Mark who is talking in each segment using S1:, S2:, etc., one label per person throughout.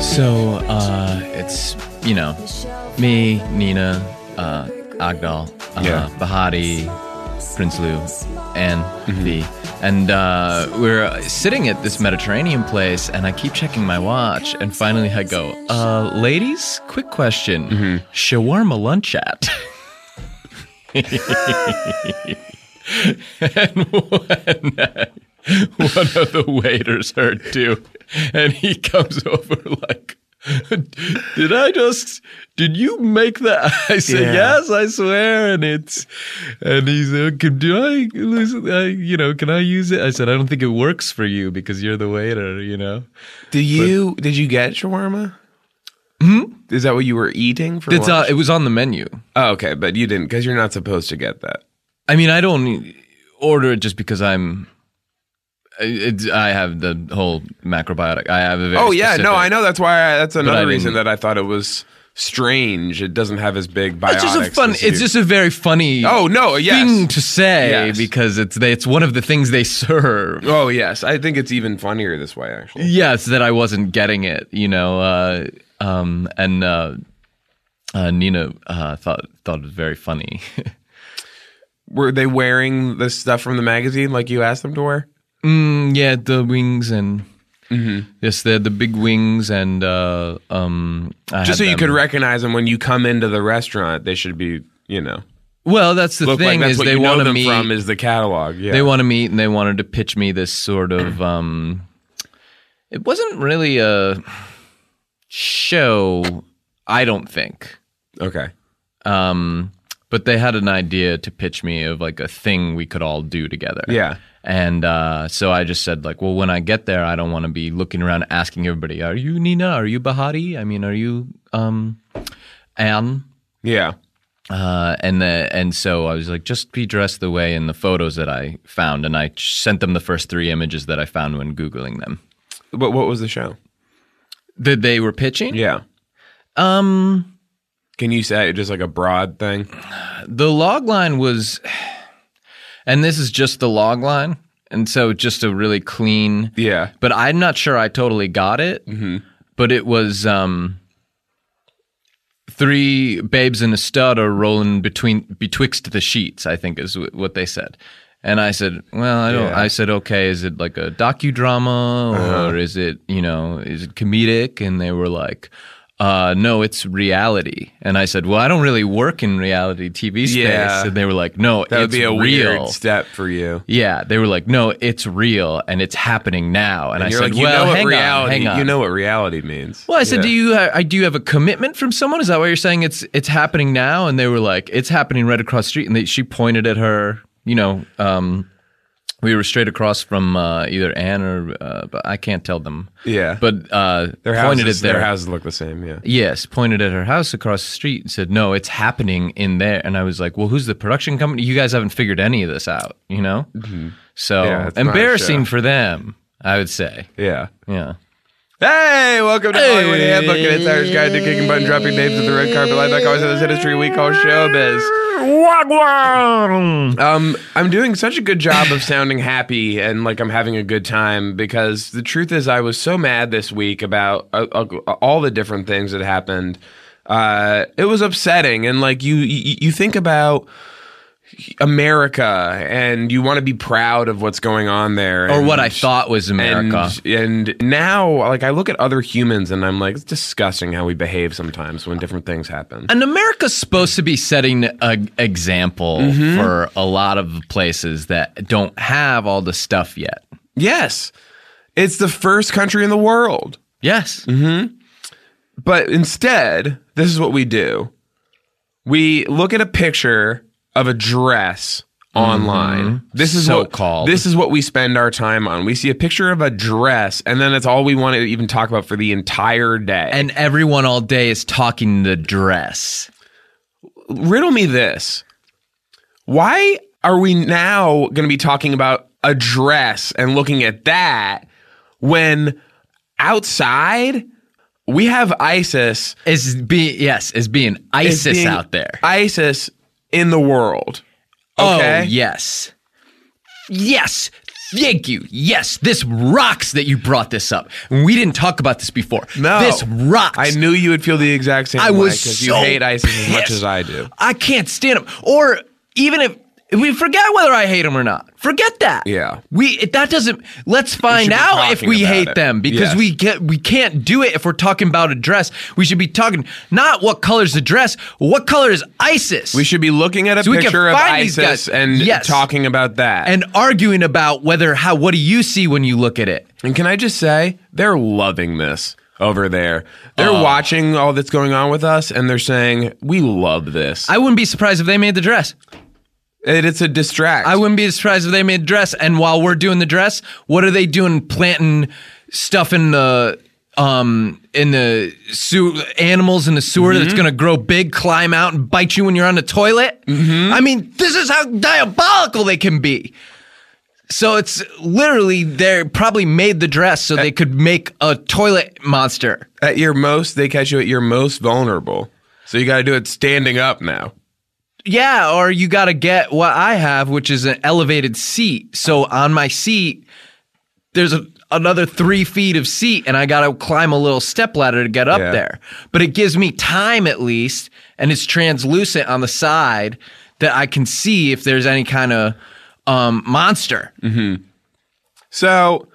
S1: So uh, it's you know me, Nina, uh, Agdal, uh,
S2: Yeah.
S1: Bahati, Prince Lou, and the and uh, we're sitting at this Mediterranean place, and I keep checking my watch, and finally I go, uh, "Ladies, quick question: shawarma lunch at?" and when one of the waiters heard too, and he comes over like, "Did I just? Did you make that?" I said,
S2: Yeah.
S1: "Yes, I swear." And it's, and he's, like, "Can do I lose? I, you know, can I use it?" I said, "I don't think it works for you because you're the waiter, you know."
S2: Do you did you get shawarma? Is that what you were eating for?
S1: Hmm? It's uh,
S2: lunch?
S1: it was on the menu.
S2: oh, okay, but you didn't because you're not supposed to get that.
S1: I mean, I don't order it just because I'm. It's, I have the whole macrobiotic. I have a very
S2: Oh yeah, no,
S1: specific-
S2: I know. That's why. I, that's
S1: I
S2: another reason
S1: didn't-
S2: that I thought it was strange. It doesn't have as big biotics.
S1: It's just a fun.
S2: as you-
S1: It's just a very funny.
S2: Oh, no, yes.
S1: Thing to say
S2: Yes.
S1: because it's they, it's one of the things they serve.
S2: Oh yes, I think it's even funnier this way. Actually,
S1: Yes, that I wasn't getting it. You know, uh, um, and uh, uh, Nina uh, thought thought it was very funny.
S2: were they wearing the stuff from the magazine like you asked them to wear?
S1: Mm, yeah, the wings and
S2: Mm-hmm.
S1: yes, the the big wings and uh, um. I
S2: Just so
S1: had
S2: you
S1: them-
S2: could recognize them when you come into the restaurant. They should be, you know,
S1: Well, that's the
S2: look
S1: thing
S2: like that's
S1: is
S2: what
S1: they
S2: you know
S1: want to
S2: them
S1: meet.
S2: from is the catalog. Yeah,
S1: They want to meet and they wanted to pitch me this sort of um it wasn't really a show, I don't think.
S2: okay.
S1: Um but they had an idea to pitch me of like a thing we could all do together.
S2: Yeah.
S1: And uh, so I just said like, well, when I get there, I don't want to be looking around asking everybody, "Are you Nina? Are you Bahati? I mean, are you um, Anne?"
S2: Yeah.
S1: Uh, and the, and so I was like, just be dressed the way in the photos that I found, and I ch- sent them the first three images that I found when googling them
S2: What What was the show?
S1: that they were pitching.
S2: Yeah.
S1: Um,
S2: Can you say just like a broad thing?
S1: the log line was, and this is just the log line, and so just a really clean.
S2: Yeah.
S1: But I'm not sure I totally got it.
S2: Mm-hmm.
S1: But it was um, three babes in a stud are rolling between betwixt the sheets. I think is wh- what they said. And I said, well, I don't.
S2: Yeah. Uh-huh.
S1: I said, okay, is it like a docudrama or is it you know is it comedic? And they were like. Uh, no, it's reality. And I said, well, I don't really work in reality TV space.
S2: Yeah.
S1: And they were like, no,
S2: That would
S1: it's
S2: be a
S1: real.
S2: weird step for you.
S1: Yeah, they were like, "No, it's real and it's happening now." And, I
S2: You're
S1: said,
S2: like, you
S1: "Well,
S2: know what
S1: hang
S2: reality,
S1: on, hang on."
S2: you know what reality means.
S1: well, I said,
S2: Yeah.
S1: "Do you? I do you have a commitment from someone? Is that why you're saying it's it's happening now?" And they were like, "It's happening right across the street." And they, she pointed at her. You know, um, we were straight across from uh, either Anne or, uh, but I can't tell them.
S2: Yeah.
S1: but uh,
S2: Their
S1: pointed at
S2: houses, their
S1: their
S2: houses look the same. Yeah.
S1: Yes, pointed at her house across the street and said, "No, it's happening in there." And I was like, "Well, who's the production company? You guys haven't figured any of this out, you know?" So
S2: Mm-hmm. Yeah, it's not a
S1: embarrassing
S2: show.
S1: for them, I would say.
S2: Yeah.
S1: Yeah.
S2: Hey, welcome to Hollywood Handbook, an insider's guide to kicking button, dropping names of the red carpet, live back always in this industry we call showbiz. Um, I'm doing such a good job of sounding happy and like I'm having a good time because the truth is I was so mad this week about uh, uh, all the different things that happened. Uh, it was upsetting, and like you, you, you think about. America, and you want to be proud of what's going on there,
S1: Or
S2: and-
S1: what I thought was America.
S2: and and now, like I look at other humans, and I'm like, it's disgusting how we behave sometimes when different things happen.
S1: and America's supposed to be setting an example
S2: Mm-hmm.
S1: for a lot of places that don't have all the stuff yet.
S2: Yes, it's the first country in the world,
S1: Yes.
S2: Mm-hmm. but instead, this is what we do: we look at a picture of a dress online. This is
S1: So-called.
S2: what this is what we spend our time on. We see a picture of a dress, and then that's all we want to even talk about for the entire day.
S1: And everyone all day is talking the dress.
S2: riddle me this. Why are we now going to be talking about a dress and looking at that when outside we have ISIS
S1: Is be yes, is being
S2: is
S1: ISIS
S2: being-
S1: out there.
S2: ISIS in the world. Okay?
S1: Oh yes, yes. Thank you. Yes, this rocks that you brought this up. We didn't talk about this before.
S2: No.
S1: This rocks.
S2: I knew you would feel the exact same
S1: I
S2: way
S1: was
S2: because
S1: so
S2: you hate ISIS as much
S1: pissed.
S2: as I do.
S1: I can't stand him. Or even if we forget whether I hate him or not, forget that.
S2: Yeah.
S1: we it, that doesn't. Let's find
S2: be
S1: out if
S2: talking
S1: we
S2: about
S1: hate
S2: it.
S1: them because
S2: Yes.
S1: we get we can't do it if we're talking about a dress. We should be talking not what color's the dress, what color is ISIS.
S2: We should be looking at a
S1: So we can
S2: picture of
S1: find these guys.
S2: ISIS and
S1: Yes.
S2: talking about that.
S1: and arguing about whether how what do you see when you look at it.
S2: And can I just say, they're loving this over there. They're
S1: Oh.
S2: watching all that's going on with us and they're saying, we love this.
S1: I wouldn't be surprised if they made the dress.
S2: and it's a distract.
S1: I wouldn't be surprised if they made a dress. And while we're doing the dress, what are they doing? Planting stuff in the um in the sewer, animals in the sewer that's going to grow big, climb out, and bite you when you're on the toilet. I mean, this is how diabolical they can be. So it's literally they probably made the dress so they could make a toilet monster.
S2: at your most, they catch you at your most vulnerable. So you got to do it standing up now.
S1: Yeah, or you got to get what I have, which is an elevated seat. So on my seat, there's a, another three feet of seat, and I got to climb a little step ladder to get up
S2: Yeah.
S1: there. But it gives me time at least, and it's translucent on the side that I can see if there's any kind of um, monster.
S2: So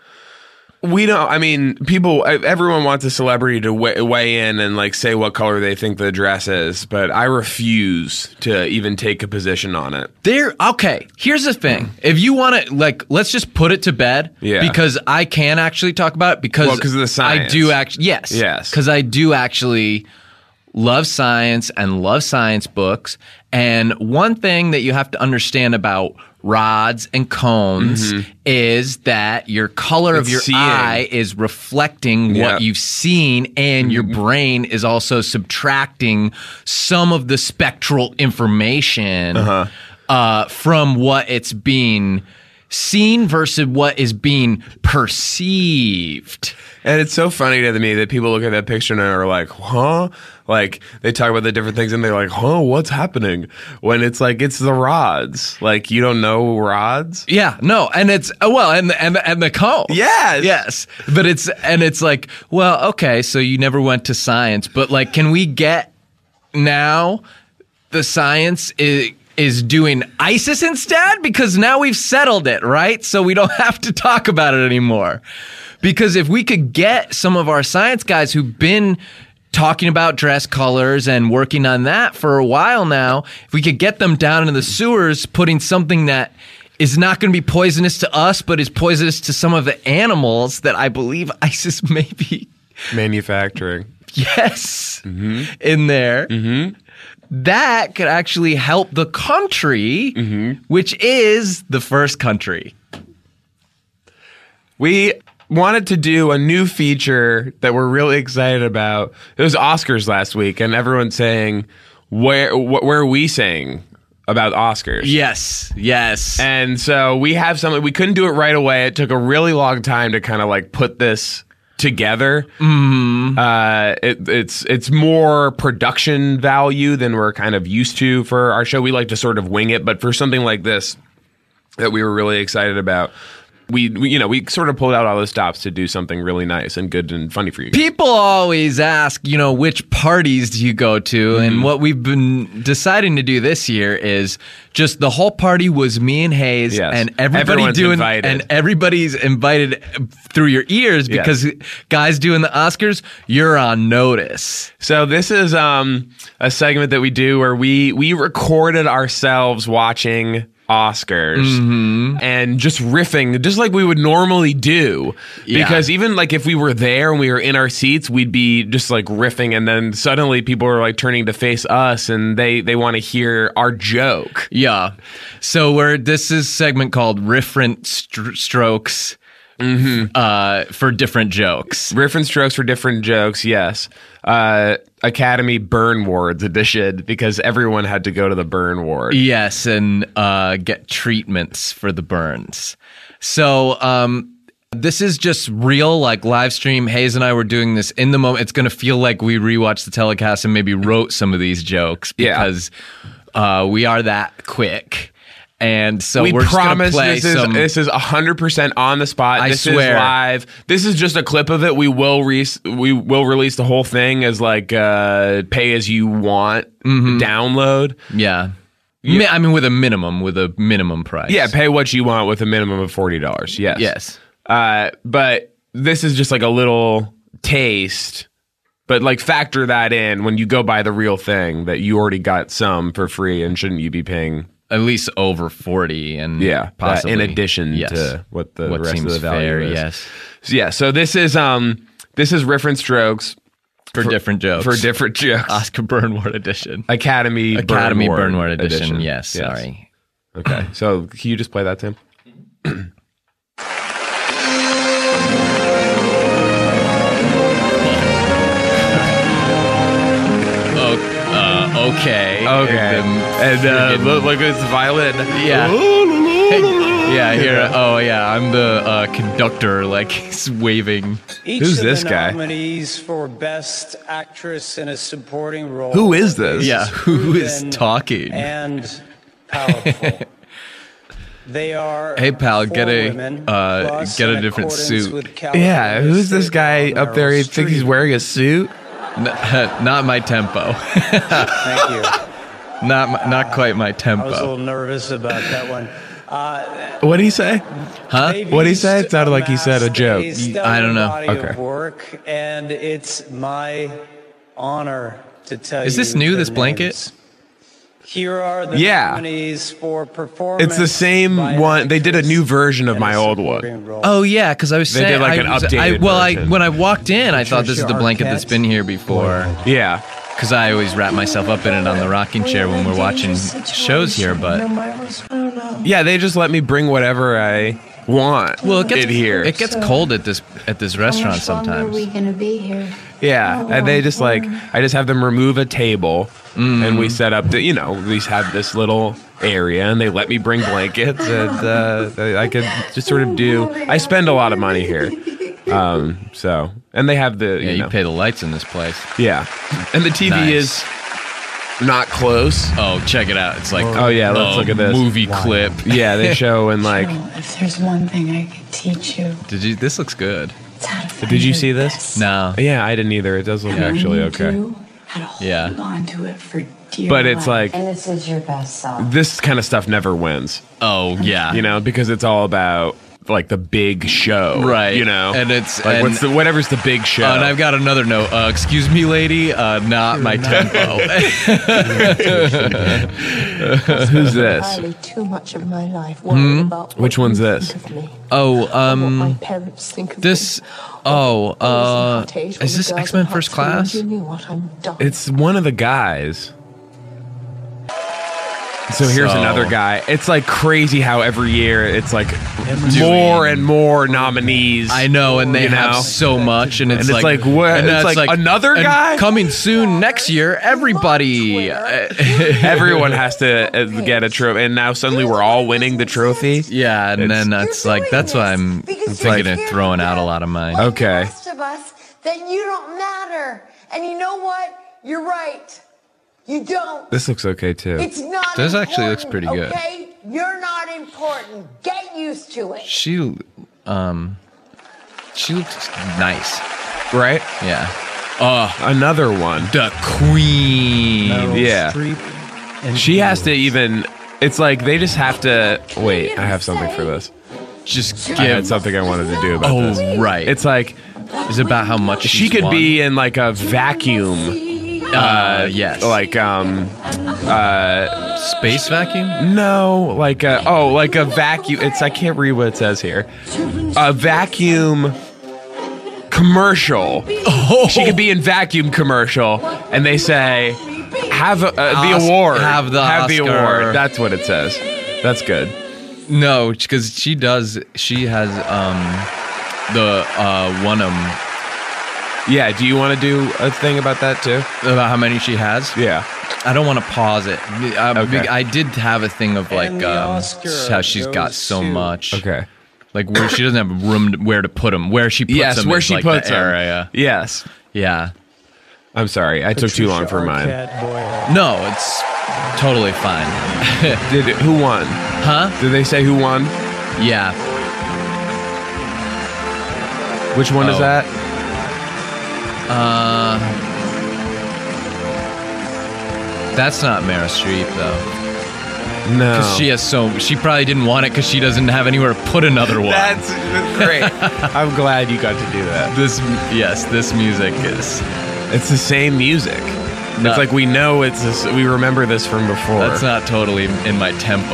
S2: we don't. I mean, people. e, Everyone wants a celebrity to weigh, weigh in and like say what color they think the dress is, but I refuse to even take a position on it.
S1: There, okay. Here's the thing: if you want to, like, let's just put it to bed,
S2: Yeah.
S1: Because I can actually talk about it because
S2: Well, 'cause of the
S1: I
S2: science.
S1: do actually, yes,
S2: Yes.
S1: because I do actually love science and love science books. And one thing that you have to understand about rods and cones is that your color of
S2: Mm-hmm. It's
S1: your
S2: seeing.
S1: eye is reflecting
S2: Yeah. Mm-hmm.
S1: what you've seen, and your brain is also subtracting some of the spectral information
S2: Uh-huh.
S1: uh from what it's being seen versus what is being perceived.
S2: And it's so funny to me that people look at that picture and are like, huh? Like they talk about the different things and they're like, huh, what's happening? When it's like it's the rods. Like you don't know rods?
S1: Yeah, no, and it's oh, well, and and and the cone.
S2: Yes.
S1: yes, but it's and it's like, well, okay, so you never went to science, but like, can we get now the science is is doing ISIS instead because now we've settled it, right? So we don't have to talk about it anymore. Because if we could get some of our science guys who've been talking about dress colors and working on that for a while now, if we could get them down into the sewers putting something that is not going to be poisonous to us, but is poisonous to some of the animals that I believe ISIS may be
S2: Manufacturing.
S1: yes
S2: Mm-hmm.
S1: in there that could actually help the country
S2: Mm-hmm.
S1: which is the first country
S2: We wanted to do a new feature that we're really excited about. It was Oscars last week, and everyone's saying, "Where wh- where are we saying about Oscars?"
S1: yes yes
S2: And so we have something. We couldn't do it right away. It took a really long time to kind of like put this together. Uh, it, it's it's more production value than we're kind of used to for our show. We like to sort of wing it, but for something like this that we were really excited about. We, we, you know, we sort of pulled out all the stops to do something really nice and good and funny for you. guys.
S1: people always ask you know which parties do you go to
S2: Mm-hmm.
S1: and what we've been deciding to do this year is just the whole party was me and hayes
S2: Yes.
S1: and everybody
S2: Everyone's
S1: doing
S2: invited.
S1: and everybody's invited through your ears
S2: Yes.
S1: because guys doing the oscars you're on notice
S2: So this is um, a segment that we do where we we recorded ourselves watching Oscars and just riffing, just like we would normally do.
S1: Yeah.
S2: Because even like if we were there and we were in our seats, we'd be just like riffing, and then suddenly people are like turning to face us and they they want to hear our joke.
S1: Yeah. So we're this is segment called Riffrent Str- Strokes
S2: Mm-hmm.
S1: uh, for different jokes.
S2: Different strokes for different jokes, yes. Uh, Academy Burn Wards edition because everyone had to go to the Burn Ward.
S1: Yes, and uh, get treatments for the burns. So um, this is just real, like live stream. Hayes and I were doing this in the moment. It's going to feel like we rewatched the telecast and maybe wrote some of these jokes
S2: Yeah.
S1: because uh, we are that quick. And so
S2: we
S1: are just gonna
S2: promise
S1: play
S2: this is
S1: some.
S2: this is hundred percent on the spot.
S1: I
S2: this
S1: swear.
S2: is live. This is just a clip of it. We will re- we will release the whole thing as like uh, pay as you want
S1: Mm-hmm.
S2: download.
S1: yeah. Mi- I mean, with a minimum, with a minimum price.
S2: Yeah, pay what you want with a minimum of forty dollars. Yes.
S1: Yes.
S2: Uh, but this is just like a little taste. But like factor that in when you go buy the real thing that you already got some for free and shouldn't you be paying?
S1: At least over 40 and
S2: Yeah, that
S1: possibly.
S2: in addition
S1: yes.
S2: to what the
S1: what
S2: rest
S1: seems
S2: of the value
S1: fair,
S2: is.
S1: yes.
S2: So, yeah. So this is um this is reference strokes
S1: For, different jokes.
S2: for different jokes.
S1: Oscar Burnward edition.
S2: Academy
S1: Academy
S2: Burnward,
S1: Burnward edition. Yes, sorry.
S2: Okay. So can you just play that, Tim?
S1: Oh, uh, okay.
S2: And uh, look, look, it's violin.
S1: Yeah.
S2: Hey,
S1: yeah, here. Oh, yeah. I'm the uh, conductor, like he's waving.
S3: Each
S2: Who's
S3: of
S2: this
S3: the
S2: guy?
S3: Nominees for Best Actress in a Supporting Role.
S2: Who is this?
S1: Yeah, who is
S3: proven
S1: talking?
S3: And powerful. they are.
S1: Hey, pal, get
S3: four
S1: a,
S3: women,
S1: uh,
S3: plus
S1: get a
S3: in
S1: different
S3: accordance
S1: suit.
S3: with
S2: Yeah.
S3: California
S2: Who's this
S3: State
S2: guy
S3: Law,
S2: up there? He
S3: Meryl
S2: thinks he's
S3: Streep.
S2: wearing a suit.
S1: N- not my tempo.
S3: Thank you.
S1: not my, not quite my
S3: I was a
S1: tempo.
S3: little nervous about that one. Uh,
S2: What did he say?
S1: Huh?
S3: they've
S2: Uh, What'd he say?
S3: used
S2: It sounded like he said a
S3: amassed
S2: joke.
S3: a
S1: I don't know.
S3: stellar body of
S2: Okay.
S3: work, and it's my honor to tell
S1: Is
S3: you.
S1: this new,
S3: their
S1: this blanket?
S3: names. Here are the
S2: Yeah.
S3: nominees for performance.
S2: It's the same
S3: by an
S2: one. They did a
S3: actress
S2: new version of
S3: in a
S2: my old one.
S3: supporting role.
S1: Oh yeah, because I was
S2: They
S1: saying
S2: did, like,
S1: I
S2: an
S1: was- I,
S2: updated
S1: well, I
S2: version.
S1: when I walked in, I thought this is the
S3: Patricia
S1: blanket that's
S3: Arquette.
S1: been here before.
S2: Yeah.
S1: Because I always wrap myself up in it on the rocking chair when we're watching shows here. But
S2: Yeah. They just let me bring whatever I want.
S1: well, it gets
S2: in here.
S1: It gets cold at this at this restaurant
S4: How much longer are
S1: sometimes.
S4: we gonna be here?
S2: Yeah,
S4: Oh,
S2: and they just like
S4: man.
S2: I just have them remove a table, and we set up the you know we just have this little area, and they let me bring blankets, and uh, I I could just sort
S5: Oh,
S2: of do. I spend a lot of money here, um, so and they have the
S1: Yeah,
S2: you
S1: you
S2: know,
S1: pay the lights in this place.
S2: yeah, and the TV
S1: Nice.
S2: is not close.
S1: Oh, check it out. It's like
S2: Oh, yeah, let's
S1: a
S2: look at this.
S1: movie clip.
S2: Yeah, they show and like
S4: Well, if there's one thing I could teach you,
S1: Did you? This looks good.
S4: it's how to find
S2: Did you
S4: your
S2: see this?
S4: best.
S1: No.
S2: yeah, I didn't either. It does look
S4: And when
S2: actually
S4: you
S2: okay,
S4: do, How to hold
S1: Yeah.
S4: on to it for dear
S2: but it's
S4: life.
S2: like
S5: And this is your best self.
S2: this kind of stuff never wins,
S1: Oh yeah.
S2: you know, because it's all about. Like the big show,
S1: Right.
S2: You know,
S1: And it's-
S2: like
S1: and-
S2: what's the whatever's the big show.
S1: Uh, and I've got another note. Uh, excuse me, lady. Uh, not my tempo.
S2: Who's this?
S6: entirely too much of my life
S1: Hmm?
S6: worried about
S2: Which
S6: what
S2: one's
S6: you
S2: this?
S6: think of me,
S1: oh,
S6: what my
S1: um,
S6: parents think of
S1: this.
S6: me. I
S1: Oh,
S6: was in
S1: uh,
S6: Carthage when
S1: is
S6: the
S1: this
S6: girls
S1: X Men
S6: in high
S1: First
S6: school, and
S1: Class?
S6: You knew what I'm done.
S2: It's one of the guys. So here's
S1: So-
S2: another guy. It's like crazy how every year it's like more
S1: Doing-
S2: and more nominees.
S1: I know, and they
S2: You
S1: have
S2: know?
S1: so much, and it's,
S2: it's like, what-
S1: and
S2: it's like, another
S1: and
S2: guy?
S1: coming soon next year. Everybody, Uh,
S2: Everyone has to uh, get a trophy, and now suddenly we're all winning the trophy.
S1: yeah, and
S2: It's-
S1: then that's like that's why I'm thinking of throwing out a lot of mine.
S2: Okay.
S7: The rest of us, then you don't matter. And you know what? You're right. You don't.
S2: This looks okay too.
S7: It's not.
S1: This actually looks
S7: important,
S1: pretty good.
S7: Okay, you're not important. Get used to it.
S1: She, um, she looks nice.
S2: Right?
S1: Yeah. Oh,
S2: Another one.
S1: the queen.
S2: Yeah. She has to even. It's like they just have to. Wait, I have something for this.
S1: Just
S2: I
S1: give.
S2: had something I wanted to do about
S1: oh,
S2: this.
S1: right.
S2: It's like
S1: It's about how much
S2: she
S1: she's
S2: could
S1: won.
S2: be in like a vacuum
S1: Uh, yes.
S2: like um
S1: space vacuum.
S2: no like a, oh like a vacuum it's i can't read what it says here a vacuum commercial she could be in vacuum commercial and they say have a, uh,
S1: Os-
S2: the award
S1: have the
S2: have the
S1: Oscar.
S2: award that's what it says that's good
S1: No, because she does. She has um, the uh oneum
S2: yeah do you want to do a thing about that too
S1: about how many she has.
S2: yeah
S1: I don't want to pause it. I,
S2: Okay.
S1: I did have a thing of like
S3: And the
S1: um,
S3: Oscar
S1: how she's got
S3: goes
S1: so
S3: to-
S1: much.
S2: okay
S1: Like where she doesn't have room to, where to put them. Where she puts
S2: yes
S1: them.
S2: where
S1: is,
S2: she
S1: like, the
S2: puts them
S1: area.
S2: yes
S1: Yeah.
S2: i'm sorry i took too long for mine
S3: Patricia Arquette Boyle.
S1: No, it's totally fine.
S2: Did it, who won?
S1: Huh?
S2: Did they say who won?
S1: Yeah.
S2: Which one is
S1: Oh.
S2: that?
S1: That's not Mara Streep though,
S2: No.
S1: because she has so she probably didn't want it because she doesn't have anywhere to put another one.
S2: That's that's great. I'm glad you got to do that.
S1: this yes, this music is.
S2: It's the same music.
S1: No.
S2: It's like we know it's this, we remember this from before.
S1: That's not totally in my tempo.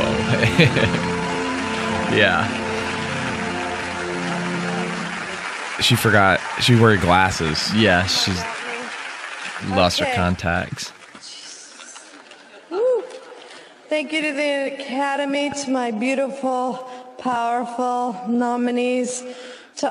S1: yeah.
S2: she forgot. She wore glasses.
S1: Yeah, she's lost her contacts.
S5: Woo. Thank you to the Academy, to my beautiful, powerful nominees, to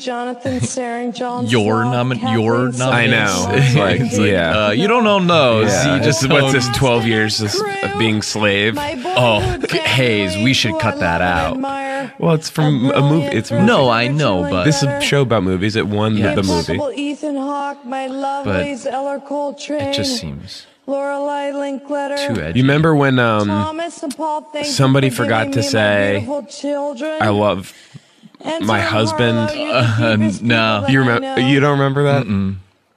S5: Jonathan Saring, John
S1: Your
S5: Slaw,
S1: nomin-
S5: Kathleen
S1: your nominees.
S2: I
S5: Silverman,
S2: know. It's like,
S1: It's like,
S2: yeah.
S1: uh, you don't own
S5: Oh,
S1: those.
S2: yeah.
S1: You just
S2: what's
S1: own-
S2: this? Twelve years of of being slave.
S5: my
S1: Oh,
S5: boyhood
S1: g- Hayes,
S5: family,
S1: we should
S5: who
S1: cut
S5: I
S1: that
S5: love and
S1: out.
S5: admire,
S2: Well, it's from
S5: a
S2: a movie.
S5: brilliant
S2: It's a movie.
S1: No, I know, but-
S2: This is a show about movies. It won
S1: Yeah,
S2: the
S1: it's-
S2: movie.
S5: Impeccable Ethan Hawke, my lovelies, Eller Coltrane,
S1: It just seems
S5: Lorelai Linkletter,
S1: too edgy.
S2: You remember when um,
S5: Thomas and Paul, thank you
S2: Somebody
S5: for
S2: forgot
S5: giving
S2: to
S5: me my
S2: say,
S5: beautiful children.
S2: I love
S5: And
S2: my
S5: Tom
S2: husband.
S5: Harlow, you're the
S1: Uh,
S5: deepest
S1: no.
S5: people that
S2: you
S5: I
S2: remember?
S5: know.
S2: You don't remember that?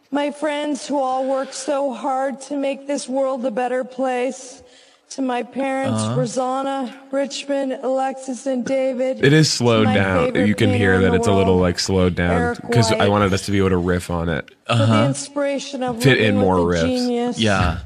S5: My friends who all work so hard to make this world a better place. To my parents,
S2: Uh-huh.
S5: Rosanna, Richmond, Alexis, and David.
S2: It is slowed
S5: To my
S2: down.
S5: favorite
S2: You can
S5: painter
S2: hear
S5: in
S2: that
S5: the
S2: it's a little
S5: world,
S2: like slowed down
S5: Eric
S2: because I
S5: White,
S2: wanted us to be able to riff on it.
S5: for the inspiration of
S2: Fit
S5: living
S2: in
S5: with
S2: more
S5: a
S2: riffs.
S5: Genius.
S1: Yeah.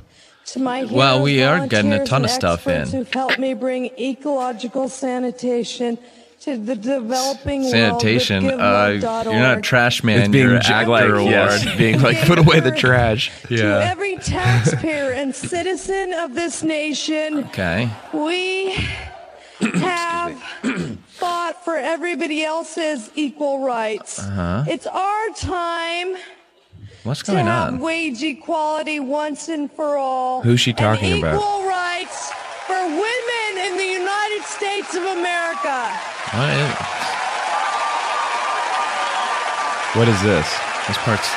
S5: To my
S1: Well,
S5: heroes,
S1: we are getting a
S5: volunteers,
S1: ton of
S5: and
S1: stuff
S5: experts
S1: in.
S5: Who've helped me bring ecological sanitation to the developing
S1: Sanitation.
S5: world. with
S1: Uh, you're
S5: givelove.org.
S1: not a trash man.
S2: It's being
S1: you're an
S2: j-
S1: actor
S2: like
S1: award.
S2: yes, being like put away the trash.
S5: To
S1: Yeah.
S5: every taxpayer and citizen of this nation,
S1: Okay.
S5: we have fought for everybody else's equal rights.
S1: Uh-huh.
S5: It's our time
S1: What's
S5: to
S1: going
S5: have
S1: on?
S5: wage equality once and for all.
S2: Who's she
S5: and
S2: talking about?
S5: Equal rights for women in the United States of America.
S1: What is,
S2: What is this?
S1: this part's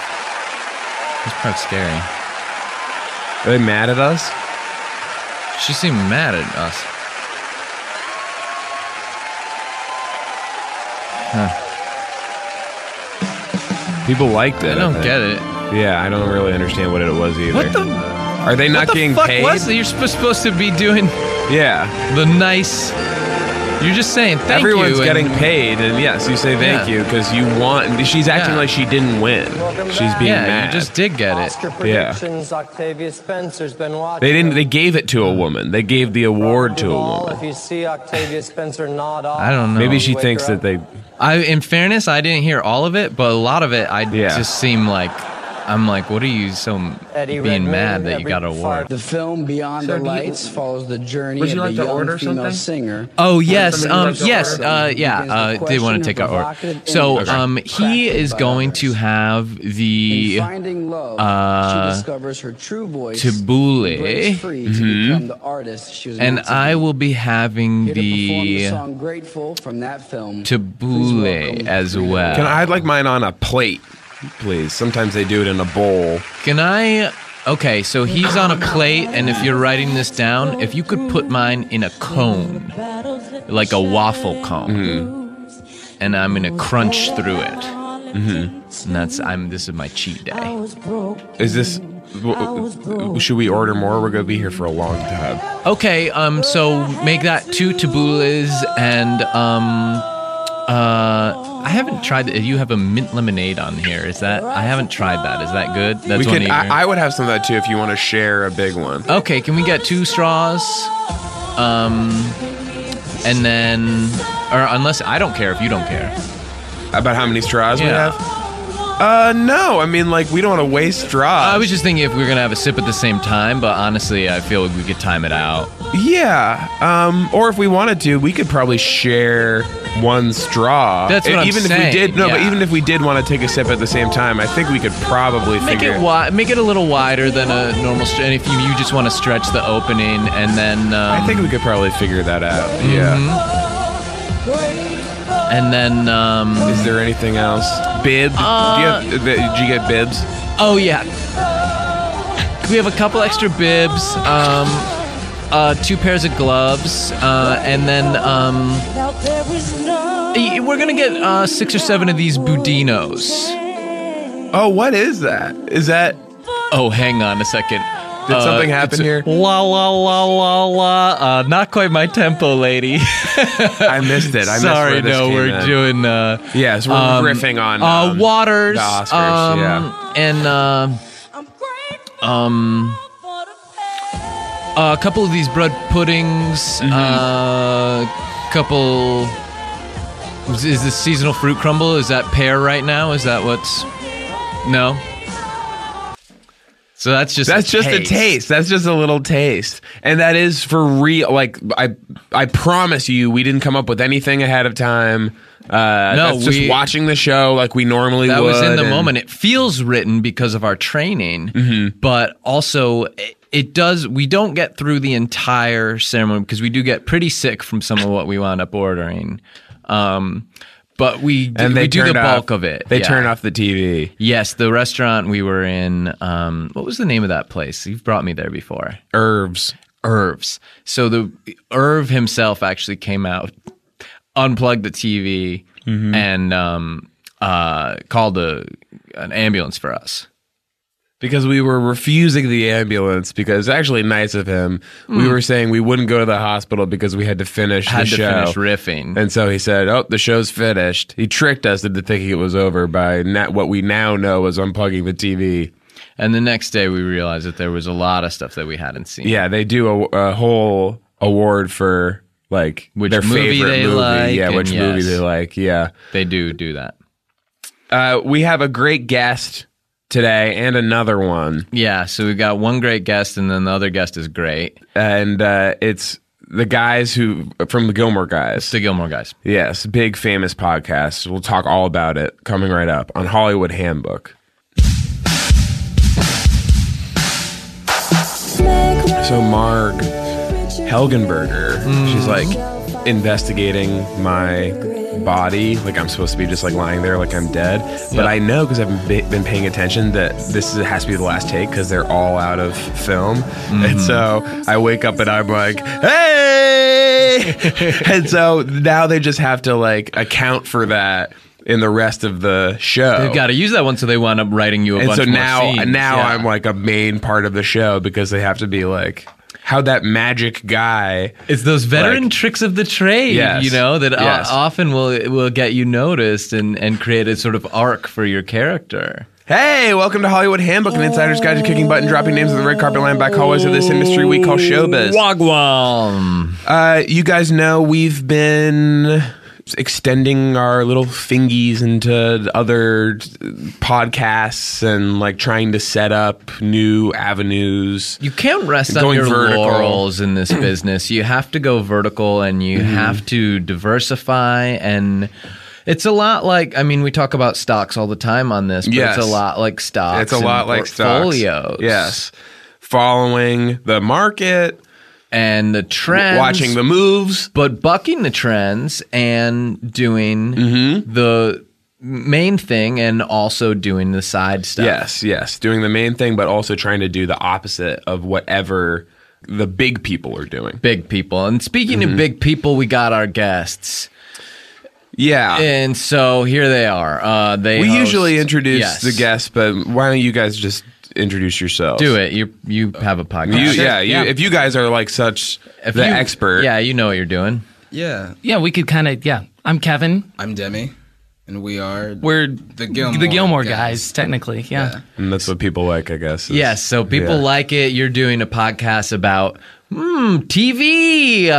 S1: this part's scary.
S2: Are they mad at us?
S1: She seemed mad at us.
S2: People liked it.
S1: I don't
S2: think.
S1: get it.
S2: Yeah, I don't really understand what it was either.
S1: What the?
S2: Are they
S1: what
S2: not
S1: the
S2: getting
S1: fuck
S2: paid?
S1: was it? You're sp- supposed to be doing
S2: Yeah,
S1: the nice. You're just saying thank
S2: everyone's
S1: you. and-
S2: getting paid, and yes, you say thank
S1: Yeah.
S2: you because you want. She's acting
S1: Yeah.
S2: like she didn't win. She's being
S1: Yeah,
S2: mad.
S1: you just did get it.
S3: Oscar
S2: Yeah.
S3: predictions. Octavia Spencer's been watching.
S2: they didn't. They gave it to a woman. They gave the award to a
S3: Duval,
S2: woman.
S3: If you see Octavia Spencer nod off,
S1: I don't know.
S2: Maybe
S1: No.
S2: she
S3: wake
S2: thinks that
S3: her up.
S2: they.
S1: I, in fairness, I didn't hear all of it, but a lot of it, I
S2: Yeah.
S1: just seem like I'm like, what are you so m-
S3: Eddie
S1: being
S3: Redmayne,
S1: mad that you
S3: every
S1: got a
S3: fart-
S1: award?
S8: The film Beyond
S2: Sir,
S8: the
S2: do you-
S8: Lights follows the journey
S2: Would you
S8: of
S2: like
S8: the
S2: to
S8: young
S2: order
S8: female
S2: something?
S8: singer.
S1: Oh yes,
S2: somebody
S1: um,
S2: wants to
S1: yes,
S2: order?
S1: uh, yeah.
S8: Begins the
S1: Uh, they want
S8: question
S1: to take
S8: of
S1: our order.
S8: provocative
S1: So
S8: images
S1: um, he
S8: crafted
S1: is
S8: by
S1: going
S8: others.
S1: to have
S8: In
S1: the
S8: finding love,
S1: uh,
S8: she discovers her true voice.
S1: Tabbouleh.
S8: and breaks free to become the artist she was
S1: Mm-hmm. and
S8: meant to
S1: I
S8: be.
S1: will be having
S8: Here to perform the
S1: the
S8: song "Grateful" from that film. Please
S1: tabbouleh
S8: welcome
S1: as
S8: Frida
S1: well.
S2: Can I I'd like mine on a plate, please? Sometimes they do it in a bowl.
S1: Can I? Okay, so he's on a plate, and if you're writing this down, if you could put mine in a cone, like a waffle cone,
S2: Mm-hmm.
S1: and I'm gonna crunch through it, Mm-hmm. and that's I'm this is my cheat day.
S2: Is this? w- w- Should we order more? We're gonna be here for a long time.
S1: Okay, um, so make that two tabboulehs, and um, uh, I haven't tried. You have a mint lemonade on here. Is that? I haven't tried that. Is that good? That's one
S2: we
S1: of
S2: could.
S1: your-
S2: I, I would have some of that too if you want to share a big one.
S1: Okay, can we get two straws? Um, and then, or unless I don't care if you don't care.
S2: About how many straws we
S1: Yeah.
S2: have? Uh, no. I mean, like, we don't want to waste straws.
S1: I was just thinking if we were gonna have a sip at the same time, but honestly, I feel like we could time it out.
S2: yeah. Um, or if we wanted to, we could probably share one straw.
S1: That's what
S2: E-
S1: I'm
S2: even
S1: saying,
S2: if we did. No, but
S1: yeah.
S2: even if we did want to take a sip at the same time, I think we could probably
S1: Make
S2: figure.
S1: it wi- make it a little wider than a normal. St- and if you, you just want to stretch the opening, and then um,
S2: I think we could probably figure that out.
S1: Mm-hmm.
S2: Yeah.
S1: and then um,
S2: Is there anything
S1: Uh,
S2: else? Bib? Do you have, th- did you get bibs?
S1: oh yeah, oh, we have a couple extra bibs, um, uh, two pairs of gloves, uh, and then um, y- we're gonna get uh, six or seven of these budinos.
S2: Oh, what is that? Is that
S1: Oh, hang on a second. Uh,
S2: Did something happen
S1: it's-
S2: here?
S1: La la la la la. Uh, not quite my tempo, lady.
S2: I missed it. I missed
S1: Sorry,
S2: where this
S1: no,
S2: came
S1: we're
S2: in.
S1: doing. Uh,
S2: Yes, we're
S1: um,
S2: riffing on
S1: uh,
S2: um,
S1: waters,
S2: the Oscars,
S1: um,
S2: yeah.
S1: and uh,
S2: Uh.
S1: um, a couple of these bread puddings,
S2: Mm-hmm.
S1: uh, couple. Is, is this seasonal fruit crumble? Is that pear right now? Is that what's? No. So that's just
S2: That's
S1: a
S2: just
S1: taste.
S2: a taste. That's just a little taste, and that is for real. Like I, I promise you, we didn't come up with anything ahead of time. Uh,
S1: No,
S2: that's
S1: we-
S2: just watching the show like we normally
S1: That
S2: would.
S1: was in the
S2: and-
S1: moment. It feels written because of our training,
S2: Mm-hmm.
S1: but also it, it does. We don't get through the entire ceremony because we do get pretty sick from some of what we wound up ordering. Um, but we do,
S2: And they
S1: we do the
S2: turned
S1: bulk
S2: off-
S1: of it.
S2: They
S1: yeah.
S2: turn off the TV.
S1: Yes, the restaurant we were in. Um, what was the name of that place? You've brought me there before.
S2: Herbs.
S1: Irv's. So the Irv himself actually came out, unplugged the TV,
S2: Mm-hmm.
S1: and um, uh, called a, an ambulance for us.
S2: because we were refusing the ambulance because actually nice of him. We were saying we wouldn't go to the hospital because we Hmm. had to finish
S1: Had
S2: the
S1: to
S2: show.
S1: finish riffing.
S2: And so he said, "Oh, the show's finished." He tricked us into thinking it was over by not what we now know as unplugging the TV.
S1: and the next day we realized that there was a lot of stuff that we hadn't seen.
S2: Yeah, they do a, a whole award for like
S1: Which
S2: their
S1: movie
S2: favorite
S1: they
S2: movie.
S1: like,
S2: yeah,
S1: and
S2: which movie
S1: yes.
S2: they like. Yeah.
S1: They do do that.
S2: Uh, we have a great guest today and another one.
S1: Yeah, so we've got one great guest and then the other guest is great.
S2: And uh, it's the guys who from the Gilmore guys.
S1: The Gilmore guys.
S2: Yes, big famous podcast. We'll talk all about it coming right up on Hollywood Handbook. So Marg Helgenberger,
S1: Mm.
S2: she's like investigating my body, like I'm supposed to be just like lying there, like I'm dead. But I know because I've been, been paying attention that this is, has to be the last take because they're all out of film, and
S1: Mm.
S2: so I wake up and I'm like, hey, and so now they just have to like account for that in the rest of the show.
S1: They've got to use that one so they wound up writing you a
S2: and
S1: bunch
S2: so
S1: more
S2: now,
S1: scenes.
S2: now
S1: Yeah.
S2: I'm like a main part of the show because they have to be like. How that magic guy
S1: It's those veteran
S2: Like-
S1: tricks of the trade,
S2: Yes.
S1: you know, that o-
S2: Yes.
S1: often will will get you noticed and and create a sort of arc for your character.
S2: Hey, welcome to Hollywood Handbook, an insider's guide to kicking butt and dropping names on the red carpet line back hallways of this industry we call showbiz.
S1: Wagwam.
S2: Uh, you guys know we've been extending our little fingies into other podcasts and like trying to set up new avenues.
S1: You can't rest on
S2: Going
S1: your
S2: vertical.
S1: laurels in this business. You have to go vertical and you
S2: Mm-hmm.
S1: have to diversify and it's a lot like I mean we talk about stocks all the time on this, but
S2: Yes.
S1: it's a lot like stocks.
S2: It's a
S1: and
S2: lot like stocks.
S1: portfolios.
S2: Yes. Following the market,
S1: And the trends
S2: watching the moves.
S1: but bucking the trends and doing
S2: Mm-hmm.
S1: the main thing and also doing the side stuff.
S2: Yes, yes. Doing the main thing, but also trying to do the opposite of whatever the big people are doing.
S1: Big people. And speaking
S2: Mm-hmm.
S1: of big people, we got our guests.
S2: Yeah.
S1: And so here they are. Uh, they
S2: Ah. we
S1: host-
S2: usually introduce
S1: Yes.
S2: the guests, but why don't you guys just introduce yourselves?
S1: Do it. You you have a podcast.
S2: You, yeah, you, if you guys are like such
S1: If
S2: the
S1: you-
S2: expert,
S1: Yeah, you know what you're doing.
S9: Yeah,
S10: Yeah, we could kind of. Yeah, I'm Kevin.
S9: I'm Demi, and we are
S10: We're
S9: the Gilmore,
S10: the Gilmore guys, technically. Yeah.
S2: and that's what people like, I guess. is-
S1: Yes, so people
S2: yeah.
S1: like it. You're doing a podcast about hmm, TV, uh,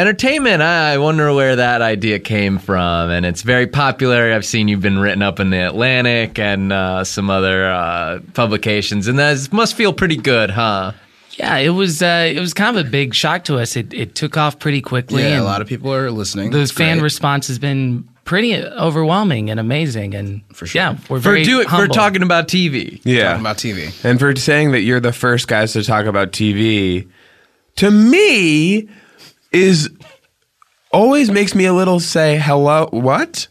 S1: entertainment. I wonder where that idea came from. And it's very popular. I've seen you've been written up in the Atlantic and uh, some other uh, publications. And that must feel pretty good, huh?
S10: yeah, it was uh, it was kind of a big shock to us. It it took off pretty quickly.
S9: Yeah,
S10: and
S9: a lot of people are listening.
S10: the
S9: It's
S10: fan
S9: great.
S10: response has been pretty overwhelming and amazing. And for
S9: sure.
S10: yeah, we're
S1: For
S10: very
S1: do it for
S10: humble.
S1: talking about TV.
S9: talking
S2: yeah,
S9: about TV.
S2: and for saying that you're the first guys to talk about TV, to me is always makes me a little say hello. What?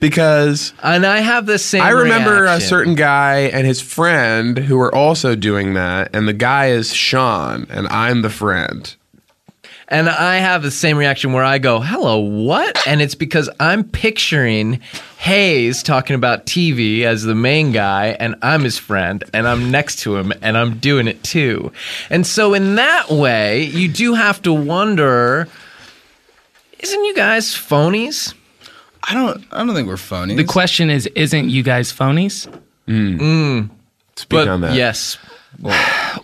S2: because
S1: and I have the same.
S2: I remember
S9: uh,
S1: reaction.
S2: a certain guy and his friend who were also doing that, and the guy is Sean, and I'm the friend.
S1: And I have the same reaction where I go, hello, what? And it's because I'm picturing Hayes talking about TV as the main guy, and I'm his friend, and I'm next to him, and I'm doing it too. And so, in that way, you do have to wonder isn't you guys phonies?
S9: I don't. I don't think we're phonies.
S10: The question is, isn't you guys phonies?
S1: Mm.
S2: Speak on that.
S1: Yes.